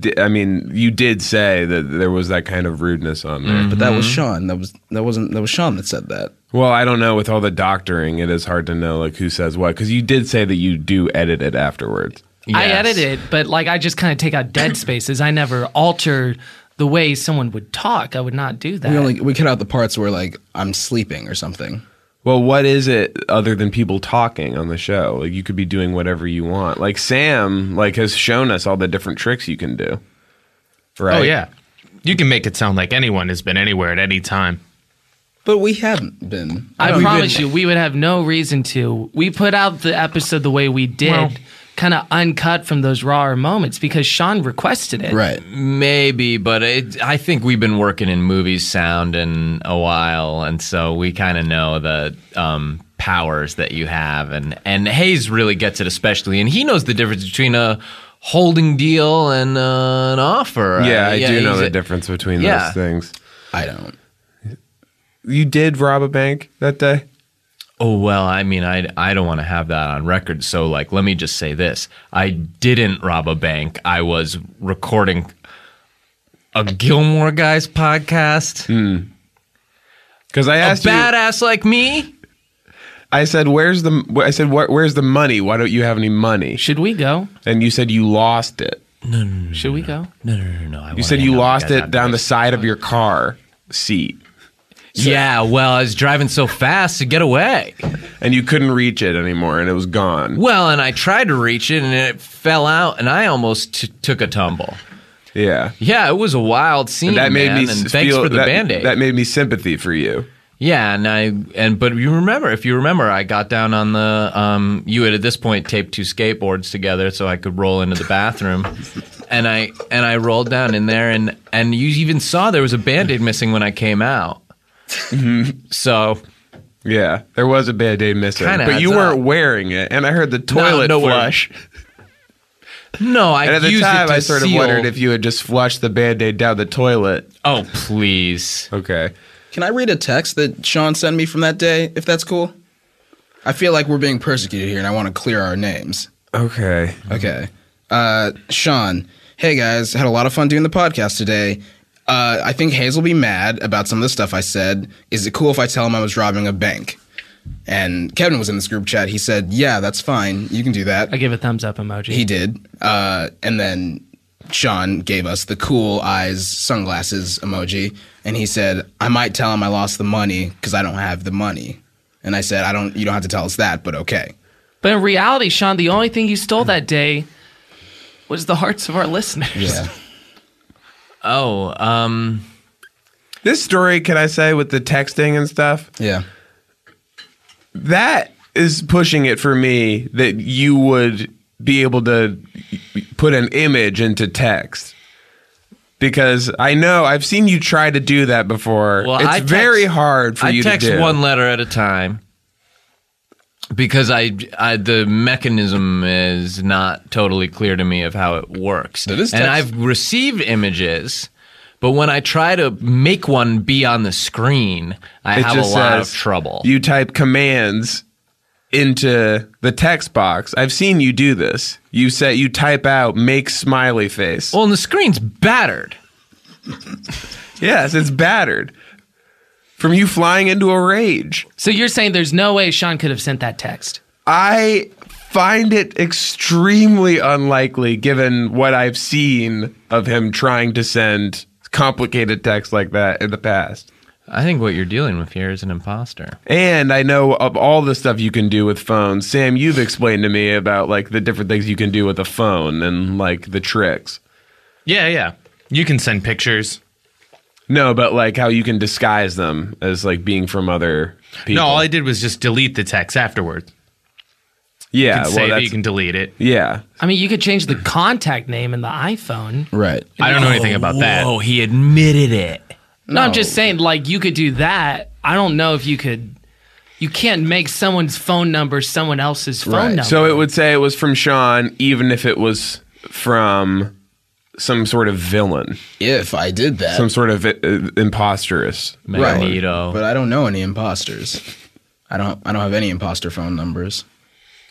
S2: di- I mean, you did say that there was that kind of rudeness on there,
S9: But that was
S10: Mm-hmm.
S9: Sean. That was that wasn't that was Sean that said that.
S2: Well, I don't know. With all the doctoring, it is hard to know like who says what because you did say that you do edit it afterwards.
S10: I edit it, but like I just kind of take out dead spaces. I never alter the way someone would talk. I would not do that.
S9: We only we cut out the parts where like I'm sleeping or something.
S2: Well, what is it other than people talking on the show? Like you could be doing whatever you want. Like Sam, like has shown us all the different tricks you can do. Right?
S11: Oh yeah, you can make it sound like anyone has been anywhere at any time.
S9: But we haven't been.
S10: I
S11: We've
S10: promise
S11: been-
S10: you, we would have no reason to. We put out the episode the way we did,
S11: Well-
S10: kind of uncut from those raw moments because Sean requested it.
S1: Maybe, but it, I think we've been working in movies sound in a while, and so we kind of know the um, powers that you have. And, and Hayes really gets it, especially, and he knows the difference between a holding deal and uh, an offer.
S2: Yeah, I do know
S1: he's
S2: the
S1: a-
S2: difference between
S1: Yeah.
S2: those things.
S9: I don't.
S2: You did rob a bank that day?
S1: Oh well, I mean, I I don't want to have that on record. So like, let me just say this: I didn't rob a bank. I was recording a Gilmore Guys podcast.
S2: Because I
S1: A
S2: asked Mm. you-
S1: badass like me.
S2: I said, "Where's the?" wh- I said, "Where- "Where's the money? Why don't you have any money?"
S10: Should we go?
S2: And you said you lost it.
S1: No, no, no.
S10: Should we go?
S1: No, no, no, no. I
S2: You said you lost it down the side of your car seat.
S1: Yeah, well, I was driving so fast to get away.
S2: And you couldn't reach it anymore, and it was gone.
S1: Well, and I tried to reach it, and it fell out, and I almost t- took a tumble.
S2: Yeah.
S1: Yeah, it was a wild scene.
S2: And that made
S1: man,
S2: me
S1: and
S2: s-
S1: thanks
S2: feel
S1: for the
S2: that,
S1: band aid.
S2: That made me sympathy for you.
S1: Yeah, and I and but you remember if you remember, I got down on the um, you had at this point taped two skateboards together so I could roll into the bathroom, and I and I rolled down in there and and you even saw there was a band aid missing when I came out.
S2: Mm-hmm.
S1: so
S2: yeah, there was a band aid missing,
S1: Kinda
S2: but you
S1: adds
S2: weren't wearing it, and I heard the toilet
S1: no, we're-
S2: flush.
S1: No, I
S2: and at the
S1: used it
S2: time,
S1: to
S2: I sort of
S1: seal-
S2: wondered if you had just flushed the band aid down the toilet.
S1: Oh please.
S2: Okay.
S9: Can I read a text that Sean sent me from that day, if that's cool? I feel like we're being persecuted here and I want to clear our names.
S2: Okay.
S9: Okay. Uh, Sean, hey guys, had a lot of fun doing the podcast today. Uh, I think Hayes will be mad about some of the stuff I said. Is it cool if I tell him I was robbing a bank? And Kevin was in this group chat. He said, "Yeah, that's fine. You can do that." I
S10: gave a thumbs up emoji.
S9: He did. Uh, and then Sean gave us the cool eyes sunglasses emoji, and he said, "I might tell him I lost the money because I don't have the money." And I said, "I don't. You don't have to tell us that, but okay."
S10: But in reality, Sean, the only thing you stole that day was the hearts of our listeners.
S1: Oh, um,
S2: this story, can I say, with the texting and stuff?
S9: Yeah.
S2: That is pushing it for me that you would be able to put an image into text. Because I know I've seen you try to do that before.
S1: Well,
S2: it's
S1: I text-
S2: very hard for
S1: I
S2: you
S1: text
S2: to do.
S1: one letter at a time because I, I the mechanism is not totally clear to me of how it works.
S9: is
S1: and
S9: text-
S1: I've received images, but when I try to make one be on the screen, I
S2: It
S1: have a
S2: just
S1: lot of
S2: says,
S1: trouble.
S2: You type commands into the text box. I've seen you do this. You say you type out make smiley face.
S1: Well, and the screen's battered.
S2: yes, it's battered. From you flying into a rage.
S10: So you're saying there's no way Sean could have sent that text?
S2: I find it extremely unlikely given what I've seen of him trying to send complicated text like that in the past.
S1: I think what you're dealing with here is an imposter.
S2: And I know of all the stuff you can do with phones. Sam, you've explained to me about like the different things you can do with a phone and like the tricks.
S11: Yeah, yeah. You can send pictures.
S2: No, but like how you can disguise them as like being from other people.
S11: No, all I did was just delete the text afterwards.
S2: yeah,
S11: you can
S2: well,
S11: save it,
S2: that's-
S11: you can delete it.
S2: yeah.
S10: I mean, you could change the contact name in the iPhone.
S9: Right.
S11: I don't know anything
S1: Oh,
S11: about that.
S1: whoa, he admitted it.
S10: No, I'm just saying, like, you could do that. I don't know if you could you can't make someone's phone number someone else's phone number.
S2: So it would say it was from Sean, even if it was from some sort of villain.
S9: If I did that,
S2: some sort of uh, imposterous.
S9: Right. But I don't know any imposters. I don't. I don't have any imposter phone numbers.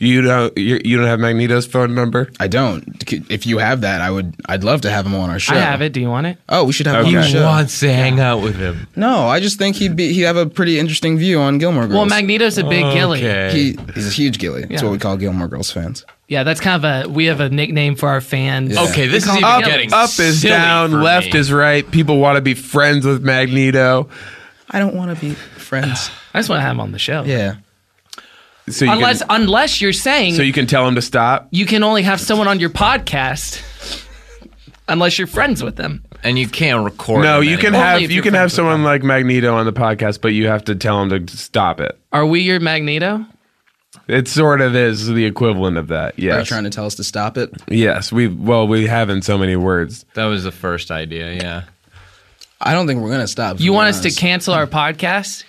S2: You don't. You, you don't have Magneto's phone number.
S9: I don't. C- If you have that, I would. I'd love to have him on our show.
S10: I have it. Do you want it?
S9: Oh, we should have him on the
S1: He
S9: show.
S1: wants to hang out with him.
S9: No, I just think he'd be. He'd have a pretty interesting view on Gilmore Girls.
S10: Well, Magneto's a big gilly. Okay.
S9: He, he's a huge gilly. That's
S10: Yeah.
S9: what we call Gilmore Girls fans.
S10: Yeah, that's kind of a we have a nickname for our fans.
S1: Okay, this
S10: We
S1: is
S10: call
S1: even
S10: them-
S1: getting
S2: Up is
S1: silly for
S2: down, left
S1: me.
S2: is right. People want to be friends with Magneto.
S9: I don't want to be friends.
S10: I just want to have him on the show.
S9: Yeah.
S2: So you
S10: unless
S2: can,
S10: unless you're saying
S2: so you can tell him to stop.
S10: you can only have someone on your podcast unless you're friends with them.
S1: And you can't record.
S2: No,
S1: him
S2: you can
S1: anymore.
S2: have you can have someone like Magneto on the podcast, but you have to tell him to stop it.
S10: Are we your Magneto?
S2: It sort of is the equivalent of that. Yes.
S9: Are you trying to tell us to stop it?
S2: Yes, we well we have in so many words.
S1: That was the first idea. Yeah.
S9: I don't think we're gonna stop. if
S10: You
S9: I'm
S10: want us to
S9: honest.
S10: cancel our podcast?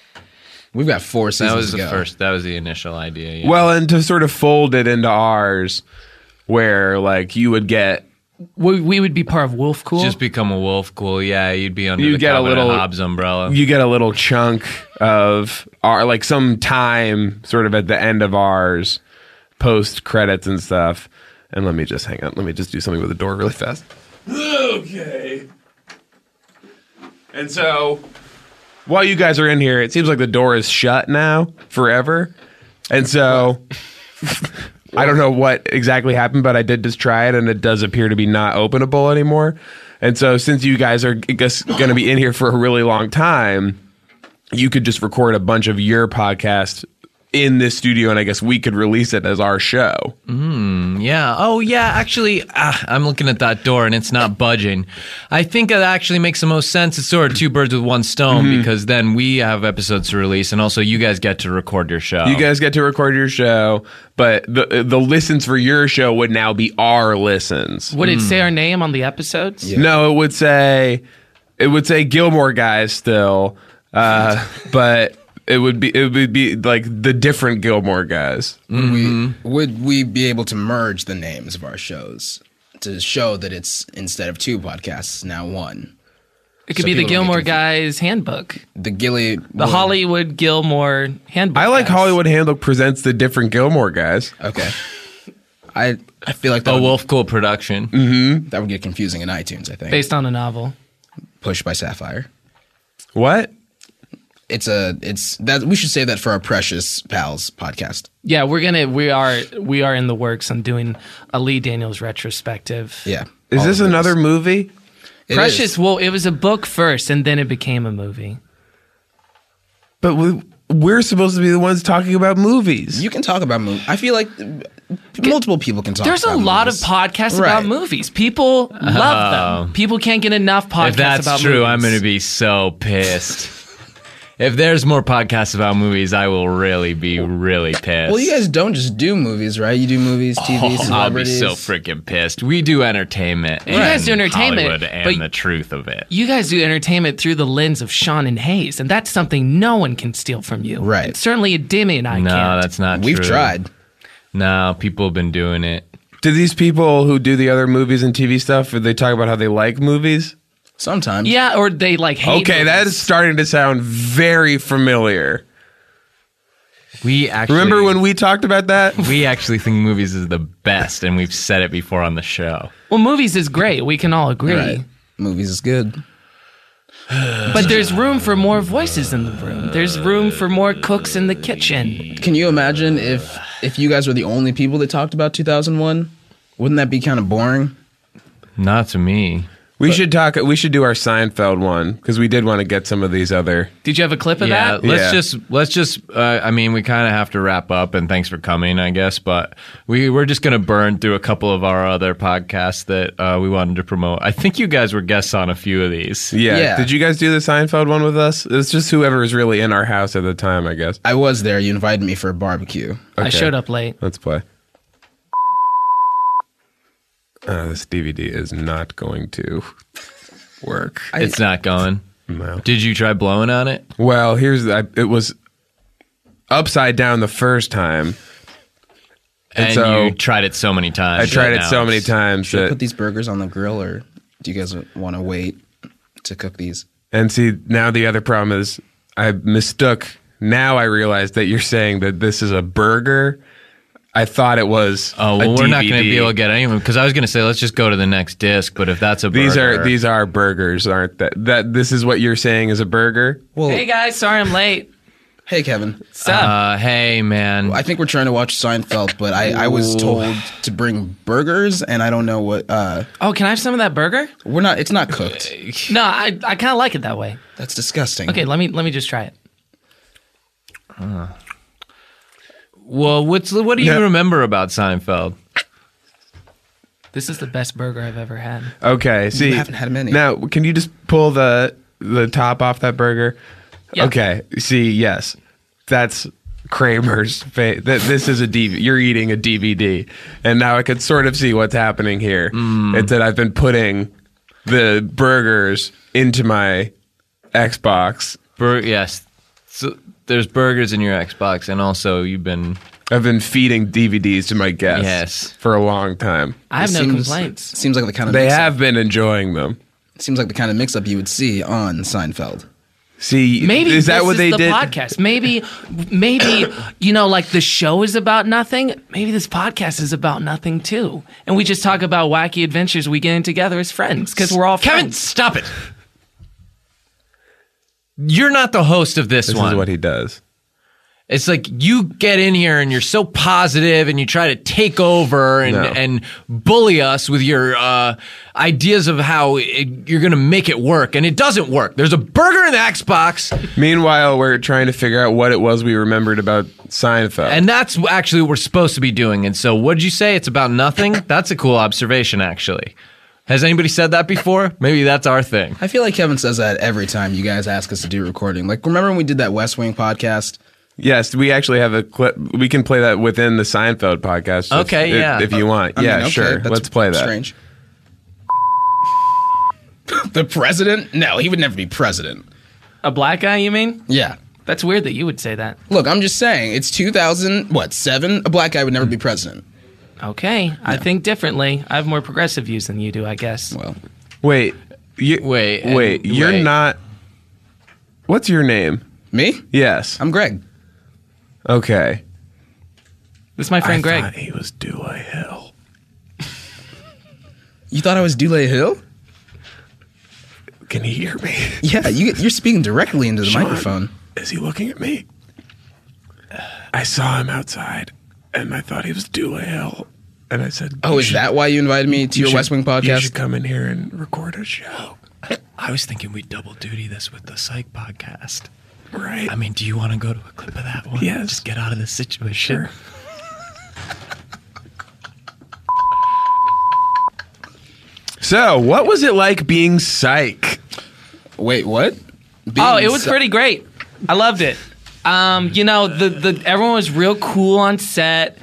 S9: We've got four seasons.
S1: That was
S9: to
S1: the
S9: go.
S1: first. That was the initial idea. Yeah.
S2: Well, and to sort of fold it into ours, where like you would get
S10: We, we would be part of Wolf Cool.
S1: just become a wolf. Cool. Yeah, you'd be under
S2: You
S1: the
S2: get a
S1: Covenant
S2: little-
S1: Hobbs umbrella.
S2: you get a little chunk of our like some time sort of at the end of ours, post credits and stuff. And let me just hang on. Let me just do something with the door really fast. Okay. And so while you guys are in here, it seems like the door is shut now forever. And so I don't know what exactly happened, but I did just try it and it does appear to be not openable anymore. And so since you guys are going to be in here for a really long time, you could just record a bunch of your podcast in this studio and I guess we could release it as our show.
S1: Mm, yeah. Oh, yeah. Actually, ah, I'm looking at that door and it's not budging. I think that actually makes the most sense. It's sort of two birds with one stone
S2: Mhm.
S1: because then we have episodes to release and also you guys get to record your show.
S2: You guys get to record your show, but the the listens for your show would now be our listens.
S10: Would it say our name on the episodes?
S2: No, it would say it would say Gilmore guys still, uh, but it would be it would be like the different Gilmore guys.
S9: Would we would we be able to merge the names of our shows to show that it's instead of two podcasts now one?
S10: It could
S9: So
S10: be the
S9: people don't get
S10: Gilmore Guys handbook.
S9: The Gilly
S10: The Hollywood Gilmore handbook.
S2: I like Hollywood Handbook presents the different Gilmore guys.
S9: Okay. I I feel like
S1: a
S10: Oh,
S1: Wolf Cool production.
S9: Mm-hmm. That would get confusing in iTunes. I think
S10: based on a novel.
S9: Pushed by Sapphire.
S2: What?
S9: It's a it's that we should save that for our precious pals podcast.
S10: Yeah, we're gonna we are we are in the works on doing a Lee Daniels retrospective.
S9: Yeah.
S2: Is this another movie? It
S10: Precious? Well, it was a book first, and then it became a movie.
S2: But we, we're supposed to be the ones talking about movies.
S9: You can talk about movies. I feel like uh, multiple people can talk.
S10: There's a
S9: about
S10: lot
S9: movies.
S10: of podcasts about
S9: Right.
S10: movies. People love
S1: Oh.
S10: them. People can't get enough podcasts
S1: if that's
S10: about
S1: true,
S10: movies.
S1: I'm going to be so pissed. if there's more podcasts about movies, I will really be really pissed.
S9: Well, you guys don't just do movies, right? You do movies, TV,
S1: Oh, I'll be
S9: celebrities.
S1: so freaking pissed. We do entertainment.
S10: You guys
S1: and
S10: do entertainment,
S1: Hollywood and
S10: but-
S1: the truth of it.
S10: You guys do entertainment through the lens of Sean and Hayes, and that's something no one can steal from you. Right. certainly, Demi and I
S1: no,
S10: can't.
S1: that's not.
S10: We've
S1: true.
S10: tried.
S1: No, people have been doing it.
S2: Do these people who do the other movies and TV stuff, do they talk about how they like movies?
S9: Sometimes.
S10: Yeah, or they like hate.
S2: Okay, that is starting to sound very familiar.
S1: We actually
S2: Remember when we talked about that?
S1: We actually think movies is the best, and we've said it before on the show.
S10: Well, movies is great. We can all agree.
S1: Right.
S9: Movies is good.
S10: But there's room for more voices in the room. There's room for more cooks in the kitchen.
S9: Can you imagine if if you guys were the only people that talked about 2001? Wouldn't that be kind of boring?
S1: Not to me.
S2: We should talk. We should do our Seinfeld one because we did want to get some of these other.
S10: Did you have a clip of
S1: yeah,
S10: that?
S1: let's
S2: Yeah.
S1: just let's just. Uh, I mean, we kind of have to wrap up, and thanks for coming, I guess. But we we're just gonna burn through a couple of our other podcasts that uh, we wanted to promote. I think you guys were guests on a few of these.
S2: Yeah. Did you guys do the Seinfeld one with us? It's just whoever is really in our house at the time, I guess.
S9: I was there. You invited me for a barbecue.
S10: I showed up late.
S2: Let's play. Uh, this DVD is not going to work.
S1: It's not going.
S2: No.
S1: Did you try blowing on it?
S2: Well, here's the, I, it was. upside down the first time.
S1: And, you tried it so many times.
S2: I tried it so many times
S9: Should I
S2: that-
S9: put these burgers on the grill, or do you guys want to wait to cook these?
S2: And see, now the other problem is I mistook. Now I realize that you're saying that this is a burger. I thought it was. Oh,
S1: well, we're not going to be able to get anyone because I was going to say let's just go to the next disc. But if that's a burger,
S2: These are these are burgers, aren't that? That this is what you're saying is a burger. Well,
S10: Hey guys, sorry I'm late.
S9: Hey Kevin.
S1: Uh, hey man.
S9: I think we're trying to watch Seinfeld, but I, I was
S10: Ooh.
S9: told to bring burgers, and I don't know what. Uh,
S10: Oh, can I have some of that burger?
S9: we're not. It's not cooked.
S10: No, I, I kind of like it that way.
S9: That's disgusting.
S10: Okay, let me let me just try it.
S1: well, what's what do you remember about Seinfeld?
S10: This is the best burger I've ever had.
S2: Okay, see,
S10: haven't had many.
S2: Now, can you just pull the the top off that burger?
S10: Yeah.
S2: Okay, see, yes, that's Kramer's. Fa- that this is a DVD. You're eating a DVD, and now I could sort of see what's happening here.
S10: Mm.
S2: It's that I've been putting the burgers into my Xbox.
S1: Bur- yes, so there's burgers in your Xbox, and also you've been
S2: I've been feeding DVDs to my guests
S1: Yes.
S2: for a long time.
S10: I have
S9: It
S10: no
S9: seems-
S10: complaints.
S9: Seems like the kind of
S2: They
S9: mix-up-
S2: have been enjoying them.
S9: Seems like the kind of mix-up you would see on Seinfeld.
S2: See,
S10: Maybe this is the podcast. Maybe maybe you know like the show is about nothing. Maybe this podcast is about nothing too. And we just talk about wacky adventures we get in together as friends cuz we're all
S1: Kevin,
S10: friends.
S1: stop it. You're not the host of this,
S2: This
S1: one.
S2: is what he does.
S1: It's like you get in here and you're so positive and you try to take over and,
S2: No.
S1: and bully us with your uh, ideas of how it, you're going to make it work. And it doesn't work. There's a burger in the Xbox,
S2: Meanwhile, we're trying to figure out what it was we remembered about Seinfeld.
S1: and that's actually what we're supposed to be doing. And so, what did you say? It's about nothing? That's a cool observation, actually. Has anybody said that before? Maybe that's our thing.
S9: I feel like Kevin says that every time you guys ask us to do recording. Like, remember when we did that West Wing podcast?
S2: Yes, we actually have a clip. We can play that within the Seinfeld podcast. if-
S9: Okay,
S2: if,
S9: yeah.
S2: If you want.
S9: I mean,
S2: yeah,
S9: okay,
S2: sure.
S9: that's
S2: Let's play that.
S9: strange. the president? No, he would never be president.
S10: A black guy, you mean?
S9: Yeah.
S10: That's weird that you would say that.
S9: Look, I'm just saying, it's 2000, what, seven? A black guy would never be president.
S10: Okay, I think differently. I have more progressive views than you do, I guess.
S9: Well,
S2: Wait. You,
S1: wait.
S2: Wait.
S10: and-
S2: You're
S10: wait.
S2: not. What's your name?
S9: Me?
S2: Yes.
S9: I'm Greg.
S2: Okay.
S10: this is my friend
S2: I
S10: Greg.
S2: thought he was Dewey Hill.
S9: You thought I was Dule Hill?
S2: Can he hear me?
S9: Yeah, you, you're speaking directly into the microphone.
S2: Is he looking at me? I saw him outside, and I thought he was Dewey Hill. And I said,
S9: Oh, is that why you invited me to
S2: you
S9: your
S2: should-
S9: West Wing
S2: You
S9: podcast?
S2: should come in here and record a show.
S1: I was thinking we'd double duty this with the psych podcast.
S2: Right.
S1: I mean, do you want to go to a clip of that one?
S2: Yes.
S1: Just get out of this situation.
S2: So, what was it like being psych?
S9: Wait, what?
S10: oh, it was pretty great. I loved it. Um, you know, the, the everyone was real cool on set.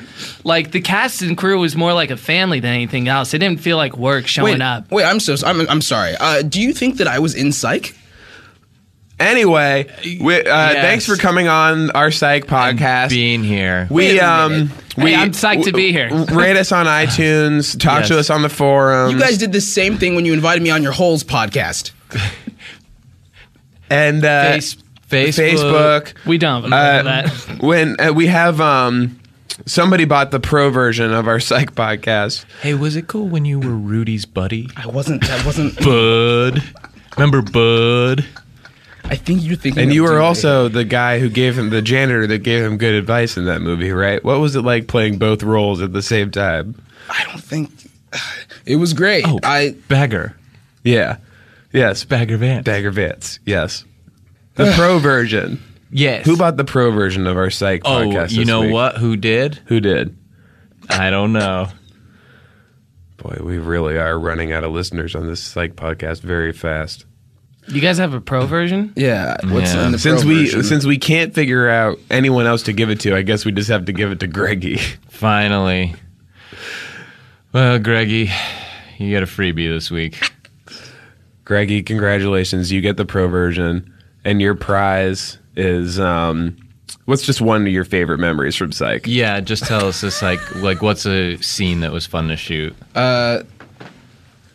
S10: Like the cast and crew was more like a family than anything else. It didn't feel like work showing
S9: wait,
S10: up.
S9: Wait, I'm so I'm, I'm sorry. Uh, do you think that I was in psych?
S2: Anyway, we, uh,
S9: Yes.
S2: thanks for coming on our psych podcast.
S1: Being here.
S2: We
S9: Wait a
S2: um
S9: minute.
S2: we
S10: Hey, I'm psyched to be here.
S2: rate us on iTunes, talk to
S1: Yes.
S2: us on the forum.
S9: You guys did the same thing when you invited me on your Holes podcast.
S2: and uh
S1: Face- Facebook.
S2: Facebook.
S10: We don't have
S2: Uh,
S10: that.
S2: when uh, we have um somebody bought the pro version of our psych podcast.
S1: Hey, was it cool when you were Rudy's buddy?
S9: I wasn't. That wasn't.
S1: Bud. Remember Bud?
S9: I think you're thinking.
S2: And
S9: of
S2: you were
S9: Dewey.
S2: also the guy who gave him the janitor that gave him good advice in that movie, right? What was it like playing both roles at the same time?
S9: I don't think. It was great.
S2: Oh.
S9: I
S1: Oh, Bagger.
S2: Yeah. Yes.
S1: Bagger Vance.
S2: Dagger Vance. Yes. The pro version.
S1: Yes.
S2: Who bought the pro version of our psych
S1: oh,
S2: podcast?
S1: you
S2: this
S1: know
S2: week?
S1: what? Who did?
S2: Who did?
S1: I don't know.
S2: Boy, we really are running out of listeners on this psych podcast very fast.
S10: You guys have a pro version?
S9: yeah. What's
S1: Yeah.
S9: in the
S2: Since
S9: pro
S2: we
S9: version?
S2: since we can't figure out anyone else to give it to, I guess we just have to give it to Greggy.
S1: Finally. Well, Greggy, you got a freebie this week.
S2: Greggy, congratulations! You get the pro version, and your prize is um, What's just one of your favorite memories from Psych?
S1: Yeah, just tell us this like like what's a scene that was fun to shoot.
S9: Uh,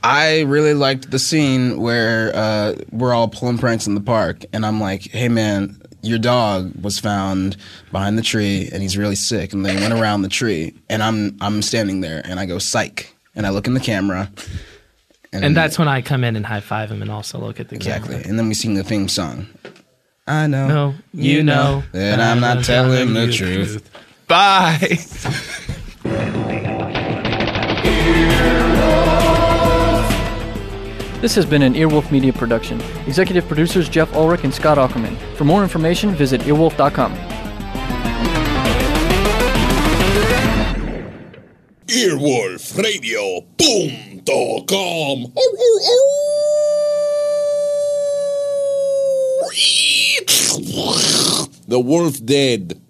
S9: I really liked the scene where uh, we're all pulling pranks in the park, and I'm like, "Hey, man, your dog was found behind the tree, and he's really sick." And they went around the tree, and I'm I'm standing there, and I go, "Psych!" And I look in the camera,
S10: And, that's when I come in and high five him and also look at the
S9: exactly.
S10: camera.
S9: And then we sing the theme song. I know.
S10: No, you, know Uh,
S9: that I'm not telling the truth.
S2: Bye.
S14: This has been an Earwolf Media production. Executive producers Jeff Ulrich and Scott Ackerman. For more information, visit earwolf.com.
S15: Earwolf Radio Boom.com. The wolf dead.